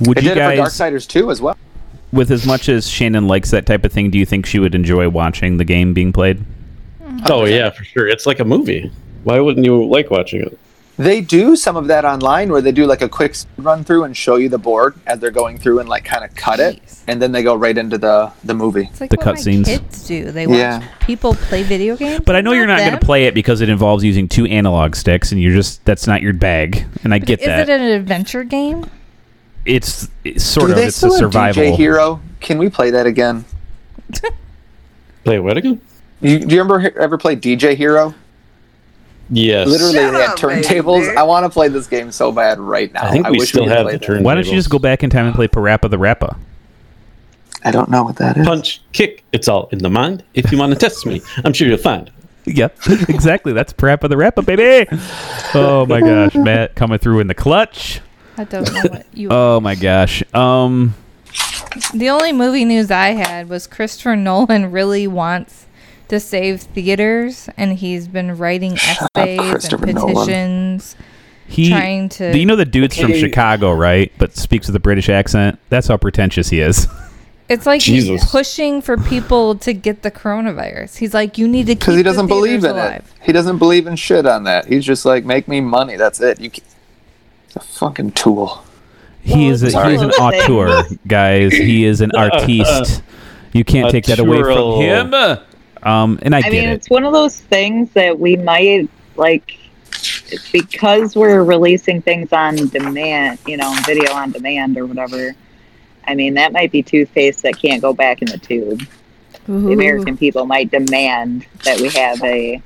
Would
It
you
did it for
guys
Darksiders 2 as well.
with as much as Shannon likes that type of thing, do you think she would enjoy watching the game being played?
Oh yeah, for sure. It's like a movie. Why wouldn't you like watching it?
They do some of that online where they do like a quick run through and show you the board as they're going through and like kind of cut
Jeez.
it, and then they go right into the the movie.
It's like
The
what my
cutscenes.
Kids do. They watch
Yeah.
people play video games.
But I know you're not going
them.
to play it because it involves using two analog sticks, and you're just that's not your bag. And I get
Is
that.
it an adventure game?
it's, it's sort
do
of
they
it's a
still have
survival.
DJ Hero? Can we play that again?
Play what again?
You, do you remember ever play DJ Hero?
Yes.
Literally,
Literally.
they had turntables. I want to play this game so bad right now.
I think we
wish
still
could
have
play
the
that.
turn.
Why don't you just go back in time and play Parappa the Rappa?
I don't know what that is.
Punch, kick. It's all in the mind. If you want to test me, I'm sure you'll find.
Yep, exactly. That's Parappa the Rappa, baby. Oh my gosh, Matt coming through in the clutch.
I don't know what you.
Oh my gosh. Um,
the only movie news I had was Christopher Nolan really wants to save theaters, and he's been writing essays and
Christopher Nolan.
petitions.
he
Trying to-
Do you know the dude's from
Okay.
Chicago, right? But speaks with a British accent. That's how pretentious he is.
It's like he's
Jesus.
pushing for people to get the coronavirus. He's like, you need to
Because
because
he doesn't believe in it. He doesn't believe in shit on that. He's just like, make me money. That's it. You can- a fucking tool.
He is a,
Sorry.
he's an auteur, guys. He is an artiste. You can't take that away from
Auteur.
him. Um, and I,
I
get
mean,
it.
it's one of those things that we might like because we're releasing things on demand, you know, video on demand or whatever. I mean, that might be toothpaste that can't go back in the tube. The American people might demand that we have a.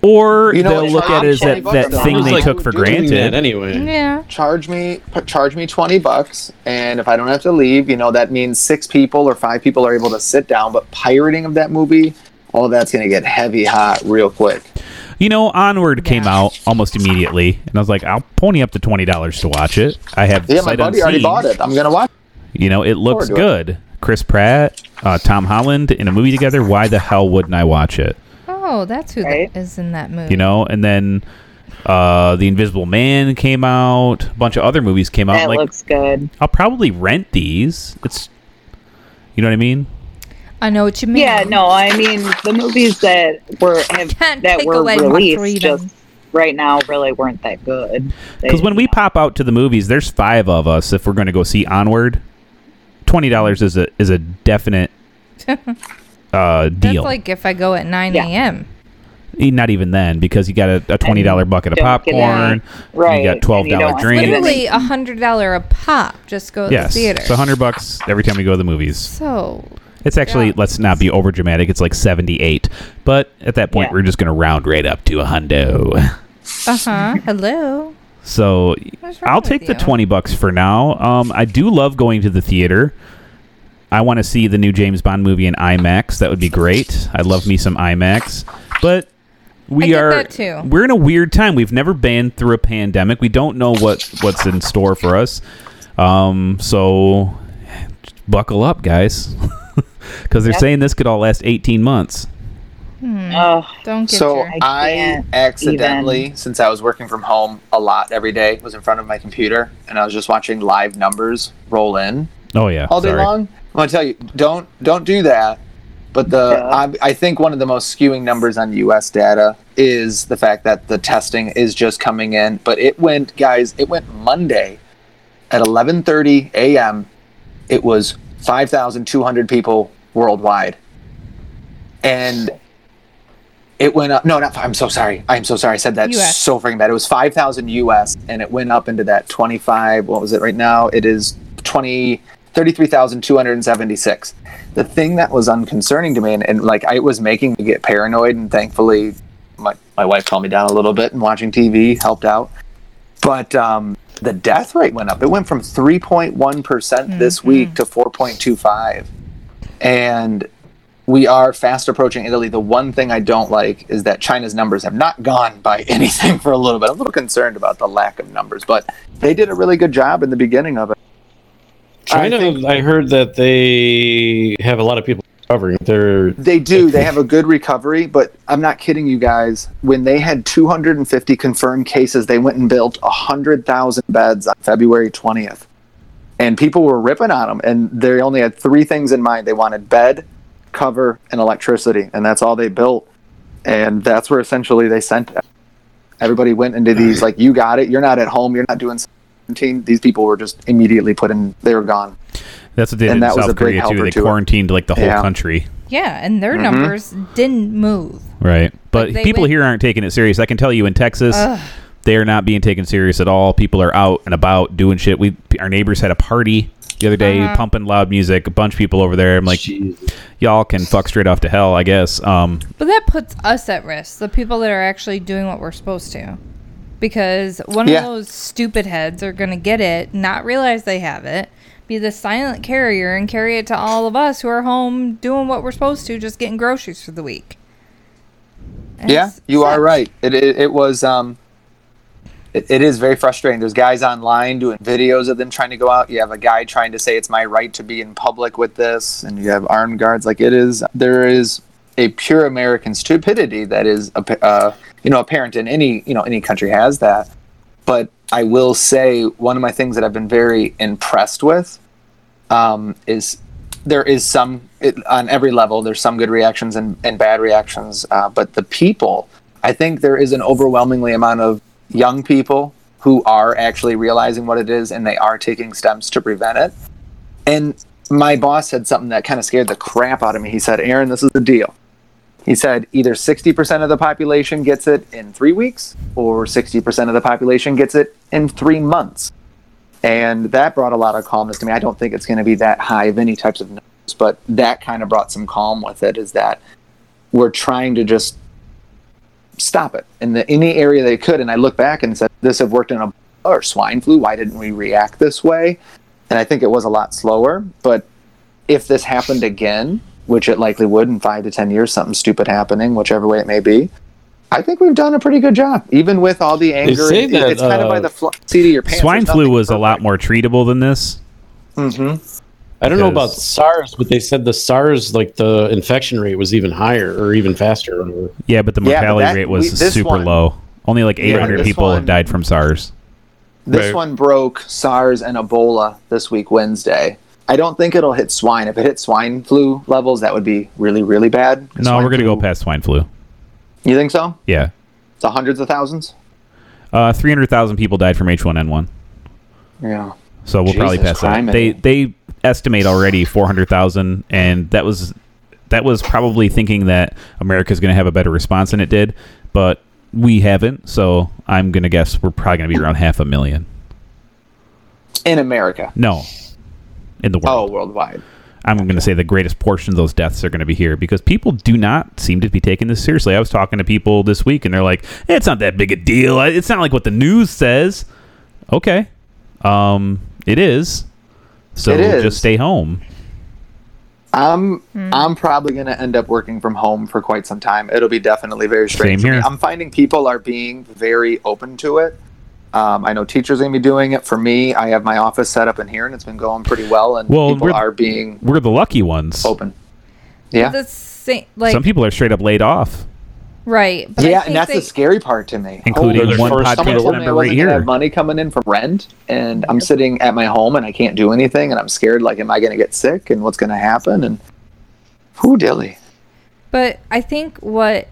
Or
You know,
they'll
it's
look at it as
option.
that, that
Like,
thing
who's
they
like
took for
doing
Doing that
granted.
anyway.
Yeah.
Charge me, p- charge me twenty bucks, and if I don't have to leave, you know that means six people or five people are able to sit down. But pirating of that movie, all that's gonna get heavy hot real quick.
You know, Onward came out almost immediately, and I was like, I'll pony up the twenty dollars to watch it. I have
Yeah, my
sight
buddy already
unseen.
bought it. I'm gonna watch.
You know, it looks
Forward to
good. Chris Pratt, uh, Tom Holland in a movie together. Why the hell wouldn't I watch it?
Oh, that's who
Right?
that is in that movie.
You know, and then uh, the Invisible Man came out. A bunch of other movies came out.
That
like
looks good.
I'll probably rent these. It's, you know what I mean.
I know what you mean.
Yeah, no, I mean the movies that were have,
Can't
that
take
were
away my
released
freedom.
just right now really weren't that good. They-
Because when we pop out to the movies, there's five of us. If we're going to go see Onward, twenty dollars is a is a definite uh,
That's
deal.
like if I go at 9
Yeah.
a.m.
E- Not even then, because you got a, a twenty dollar bucket of
don't get
popcorn.
right,
You got
and
twelve
you
dollar
don't-
drinks.
Literally a hundred dollar a pop just go to
Yes,
the theater.
it's a hundred bucks every time we go to the movies.
so
It's actually let's not be over dramatic. It's like seventy eight, but at that point
Yeah.
we're just going to round right up to a hundo.
uh huh. Hello.
So
What's wrong
I'll
with
take the
you?
twenty bucks for now. Um, I do love going to the theater. I want to see the new James Bond movie in IMAX. That would be great. I love me some IMAX, but we
I get
are
that too.
we're in a weird time. We've never been through a pandemic. We don't know what what's in store for us. Um, so buckle up, guys, because they're saying this could all last eighteen months.
Ugh.
Don't get
So
your.
I
I
can't
accidentally,
even.
since I was working from home a lot every day, was in front of my computer and I was just watching live numbers roll in
Oh yeah,
all day
sorry.
long. I'm gonna tell you, don't don't do that. But the
Yeah.
I, I think one of the most skewing numbers on U.S. data is the fact that the testing is just coming in. But it went, guys, it went Monday at 11:30 a.m. It was 5,200 people worldwide, and it went up. No, not. I'm so sorry. I'm so sorry. I said that
US.
so freaking bad. It was 5,000 U.S. and it went up into that 25. What was it right now? It is 20. 33,276. The thing that was unconcerning to me, and, and like I it was making me get paranoid, and thankfully, my, my wife calmed me down a little bit, and watching TV helped out. But um, the death rate went up. It went from 3.1% percent this week to 4.25. And we are fast approaching Italy. The one thing I don't like is that China's numbers have not gone by anything for a little bit. I'm a little concerned about the lack of numbers, but they did a really good job in the beginning of it.
China, I, heard that they have a lot of people covering. They're
They do. They have a good recovery, but I'm not kidding you guys. When they had 250 confirmed cases, they went and built 100,000 beds on February 20th. And people were ripping on them. And they only had three things in mind they wanted bed, cover, and electricity. And that's all they built. And that's where essentially they sent Everybody went into these like, you got it. You're not at home. You're not doing something. These people were just immediately put in. They were gone.
That's what they did
And
in
that was a
South
big
Korea
helper
too. They
to it.
quarantined like the whole
Yeah.
country.
Yeah, and their
Mm-hmm.
numbers didn't move.
Right. But
they
people
went-
here aren't taking it serious. I can tell you in Texas,
Ugh.
they are not being taken serious at all. People are out and about doing shit. We our neighbors had a party the other day,
Uh-huh.
pumping loud music. A bunch of people over there. I'm like, y'all can fuck straight off to hell, I guess. Um,
But that puts us at risk, the people that are actually doing what we're supposed to. Because one
Yeah.
of those stupid heads are going to get it, not realize they have it, be the silent carrier and carry it to all of us who are home doing what we're supposed to, just getting groceries for the week. And
yeah,
it's-
you
sucks.
are right. It, it, it was. Um, it, it is very frustrating. There's guys online doing videos of them trying to go out. You have a guy trying to say it's my right to be in public with this, and you have armed guards. Like it is, there is a pure American stupidity that is, appa- uh, you know, apparent in any you know any country has that. But I will say one of my things that I've been very impressed with um, is there is some it, on every level there's some good reactions and, and bad reactions uh, but the people i think there is an overwhelmingly amount of young people who are actually realizing what it is and they are taking steps to prevent it and my boss said something that kind of scared the crap out of me he said aaron this is the deal he said either 60% of the population gets it in three weeks or 60% of the population gets it in three months and that brought a lot of calmness to me. I don't think it's going to be that high of any types of numbers, but that kind of brought some calm with it. Is that we're trying to just stop it in the, any area they could. And I look back and said, "This have worked in a or swine flu. Why didn't we react this way?" And I think it was a lot slower. But if this happened again, which it likely would in five to ten years, something stupid happening, whichever way it may be. I think we've done a pretty good job, even with all the anger.
say
and-
that,
it's kind
uh,
of by the fl- seat of your pants.
swine flu was a lot more treatable than this.
Mm-hmm.
I don't know about
Because-
SARS, but they said the SARS, like the infection rate was even higher or even faster. or whatever.
Yeah, but the
Yeah, but
mortality
that-
rate was
we- this
super
one-
low. Only like
Yeah,
800
this
people have
one-
died from SARS.
This
Right.
one broke SARS and Ebola this week, Wednesday. I don't think it'll hit swine. If it hits swine flu levels, that would be really, really bad. 'Cause
No,
swine
we're gonna go
flu-
past swine flu.
You think so?
Yeah,
The hundreds of thousands?
uh, 300,000 people died from H1N1.
Yeah.
So we'll probably pass
Jesus
that.
criminy.
They they estimate already four hundred thousand, and that was that was probably thinking that America's going to have a better response than it did, but we haven't. So I'm going to guess we're probably going to be around half a million.
In America.
No, in the
Oh,
world,
worldwide.
I'm going to say the greatest portion of those deaths are going to be here because people do not seem to be taking this seriously. I was talking to people this week, and they're like, "Eh, "It's not that big a deal. I- It's not like what the news says." Okay, um, it is. So
It is.
just stay home.
I'm I'm probably going to end up working from home for quite some time. It'll be definitely very
Same
strange. for me.
here.
I'm finding people are being very open to it. Um, I know teachers are going to be doing it. For me, I have my office set up in here, and it's been going pretty well. And
Well,
people
we're-
are being
we're the lucky ones.
Oh.
open. Yeah.
The same, like,
Some people are straight up laid off.
right. But I
yeah,
think
and that's
they-
the scary part to me.
Including
Holy
one
shit. Someone
podcast
told me I
member
wasn't
right
gonna
here.
have money coming in from rent, and I'm sitting at my home and I can't do anything, and I'm scared. Like, am I going to get sick? And what's going to happen? And who dilly?
But I think what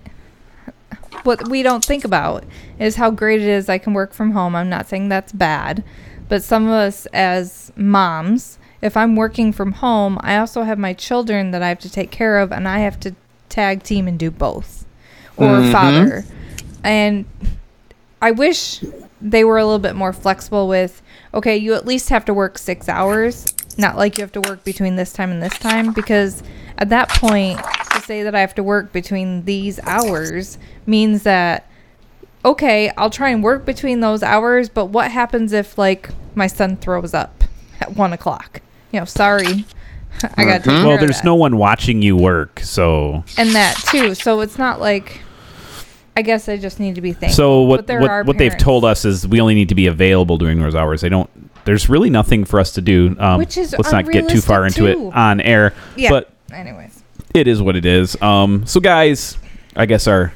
what we don't think about is how great it is I can work from home. I'm not saying that's bad, but some of us as moms, if I'm working from home, I also have my children that I have to take care of and I have to tag team and do both or father. And I wish they were a little bit more flexible with okay, you at least have to work six hours, not like you have to work between this time and this time, because at that point, to say that I have to work between these hours means that okay, I'll try and work between those hours, but what happens if like my son throws up at one o'clock? You know, sorry. I got
Mm-hmm.
to
Well, there's no one watching you work, so
and that too. So it's not like I guess I just need to be thankful.
so what
But there are
what, what they've
parents.
told us is we only need to be available during those hours. They don't. There's really nothing for us to do. Um,
Which is
let's not get too far into
unrealistic,
it
too.
on air.
Yeah.
But
anyways.
it is what it is. Um, so guys, I guess our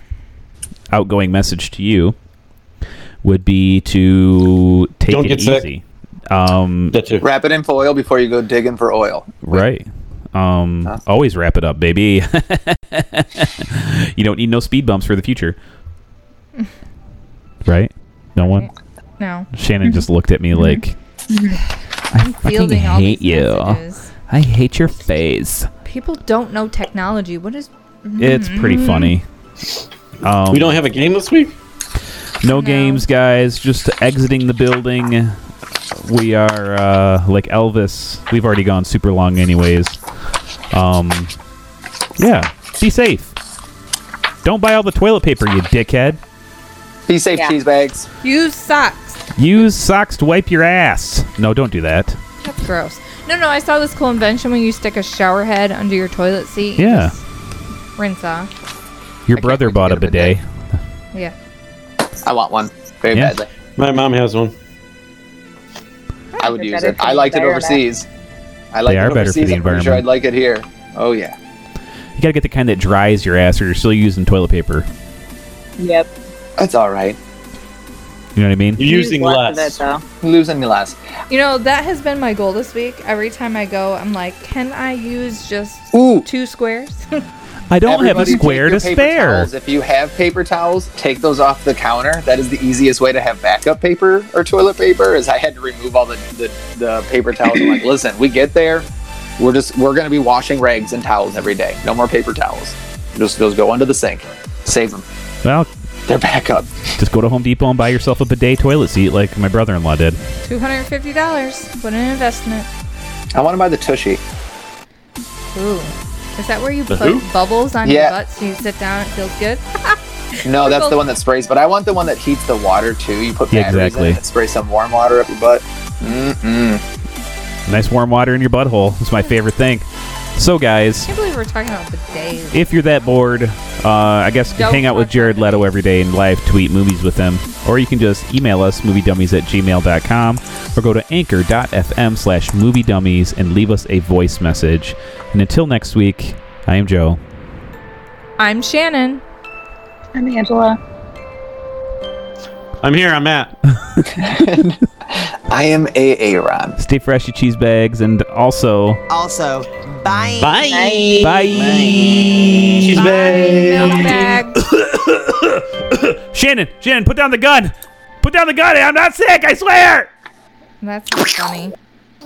outgoing message to you would be to take
Don't
it
get sick.
easy. Um,
That too.
Wrap it in foil before you go digging for oil.
Right. Um, Always wrap it up, baby. you don't need no speed bumps for the future. right? No one.
No.
Shannon just looked at me
Mm-hmm.
like, I fucking
Fielding all
hate
these
you.
messages.
I hate your face.
People don't know technology. What is
It's pretty funny. Um,
Mm-hmm. We don't have a game this week.
no games, guys. Just exiting the building. We are uh, like Elvis. We've already gone super long, anyways. Um, yeah. Be safe. Don't buy all the toilet paper, you dickhead.
Be safe,
Yeah.
cheese bags.
use socks?
Use socks to wipe your ass. No, don't do that.
That's gross. No, no. I saw this cool invention when you stick a shower head under your toilet seat. and
Yeah.
just Rinse off.
Your
I can't
brother
wait to
bought a
get a
bidet.
bidet.
Yeah.
I want one very
Yeah.
badly.
My mom has one.
I would
They're
use
better
it.
for
I
the
liked it
environment.
overseas. I like
They
it
are better for
overseas.
the
I'm pretty sure
environment.
I'd like it here. Oh yeah.
You gotta get the kind that dries your ass, or you're still using toilet paper.
Yep.
That's all right.
You know what I mean?
You're using
Use
less.
of it though.
I'm losing the last.
You know that has been my goal this week. Every time I go, I'm like, can I use just
Ooh.
two squares?
I don't have
Everybody
a
take
square
your
to
paper
spare.
towels. If you have paper towels, take those off the counter. That is the easiest way to have backup paper or toilet paper. Is I had to remove all the the, the paper towels. I'm like, listen, we get there. We're just we're gonna be washing rags and towels every day. No more paper towels. Just those go under the sink. Save them.
Well,
They're backup.
just go to Home Depot and buy yourself a bidet toilet seat like my brother in law did.
Two hundred and fifty dollars. What an investment.
I want to buy the tushy.
Ooh. Is that where you put
who?
bubbles on
Yeah.
your butt so you sit down? It feels good.
No, that's the one that sprays. But I want the one that heats the water too. You put
Yeah,
batteries
exactly.
in it, and spray some warm water up your butt. Mm-mm.
Nice warm water in your butthole. It's my favorite thing. So, guys,
I can't believe we're talking about bidets.
if you're that bored, uh, I guess you can
Don't
hang out with
watch
Jared Leto every day and live tweet movies with him. Or you can just email us, moviedummies at gmail.com, or go to anchor.fm slash moviedummies and leave us a voice message. And until next week, I am Joe.
I'm Shannon.
I'm Angela.
I'm here. I'm at.
I am a Aaron.
Stay fresh, you cheese bags, and also,
Also, bye.
Bye.
bye.
She's
Milkbag.
Shannon, Shannon, put down the gun. Put down the gun. I'm not sick. I swear.
That's not funny.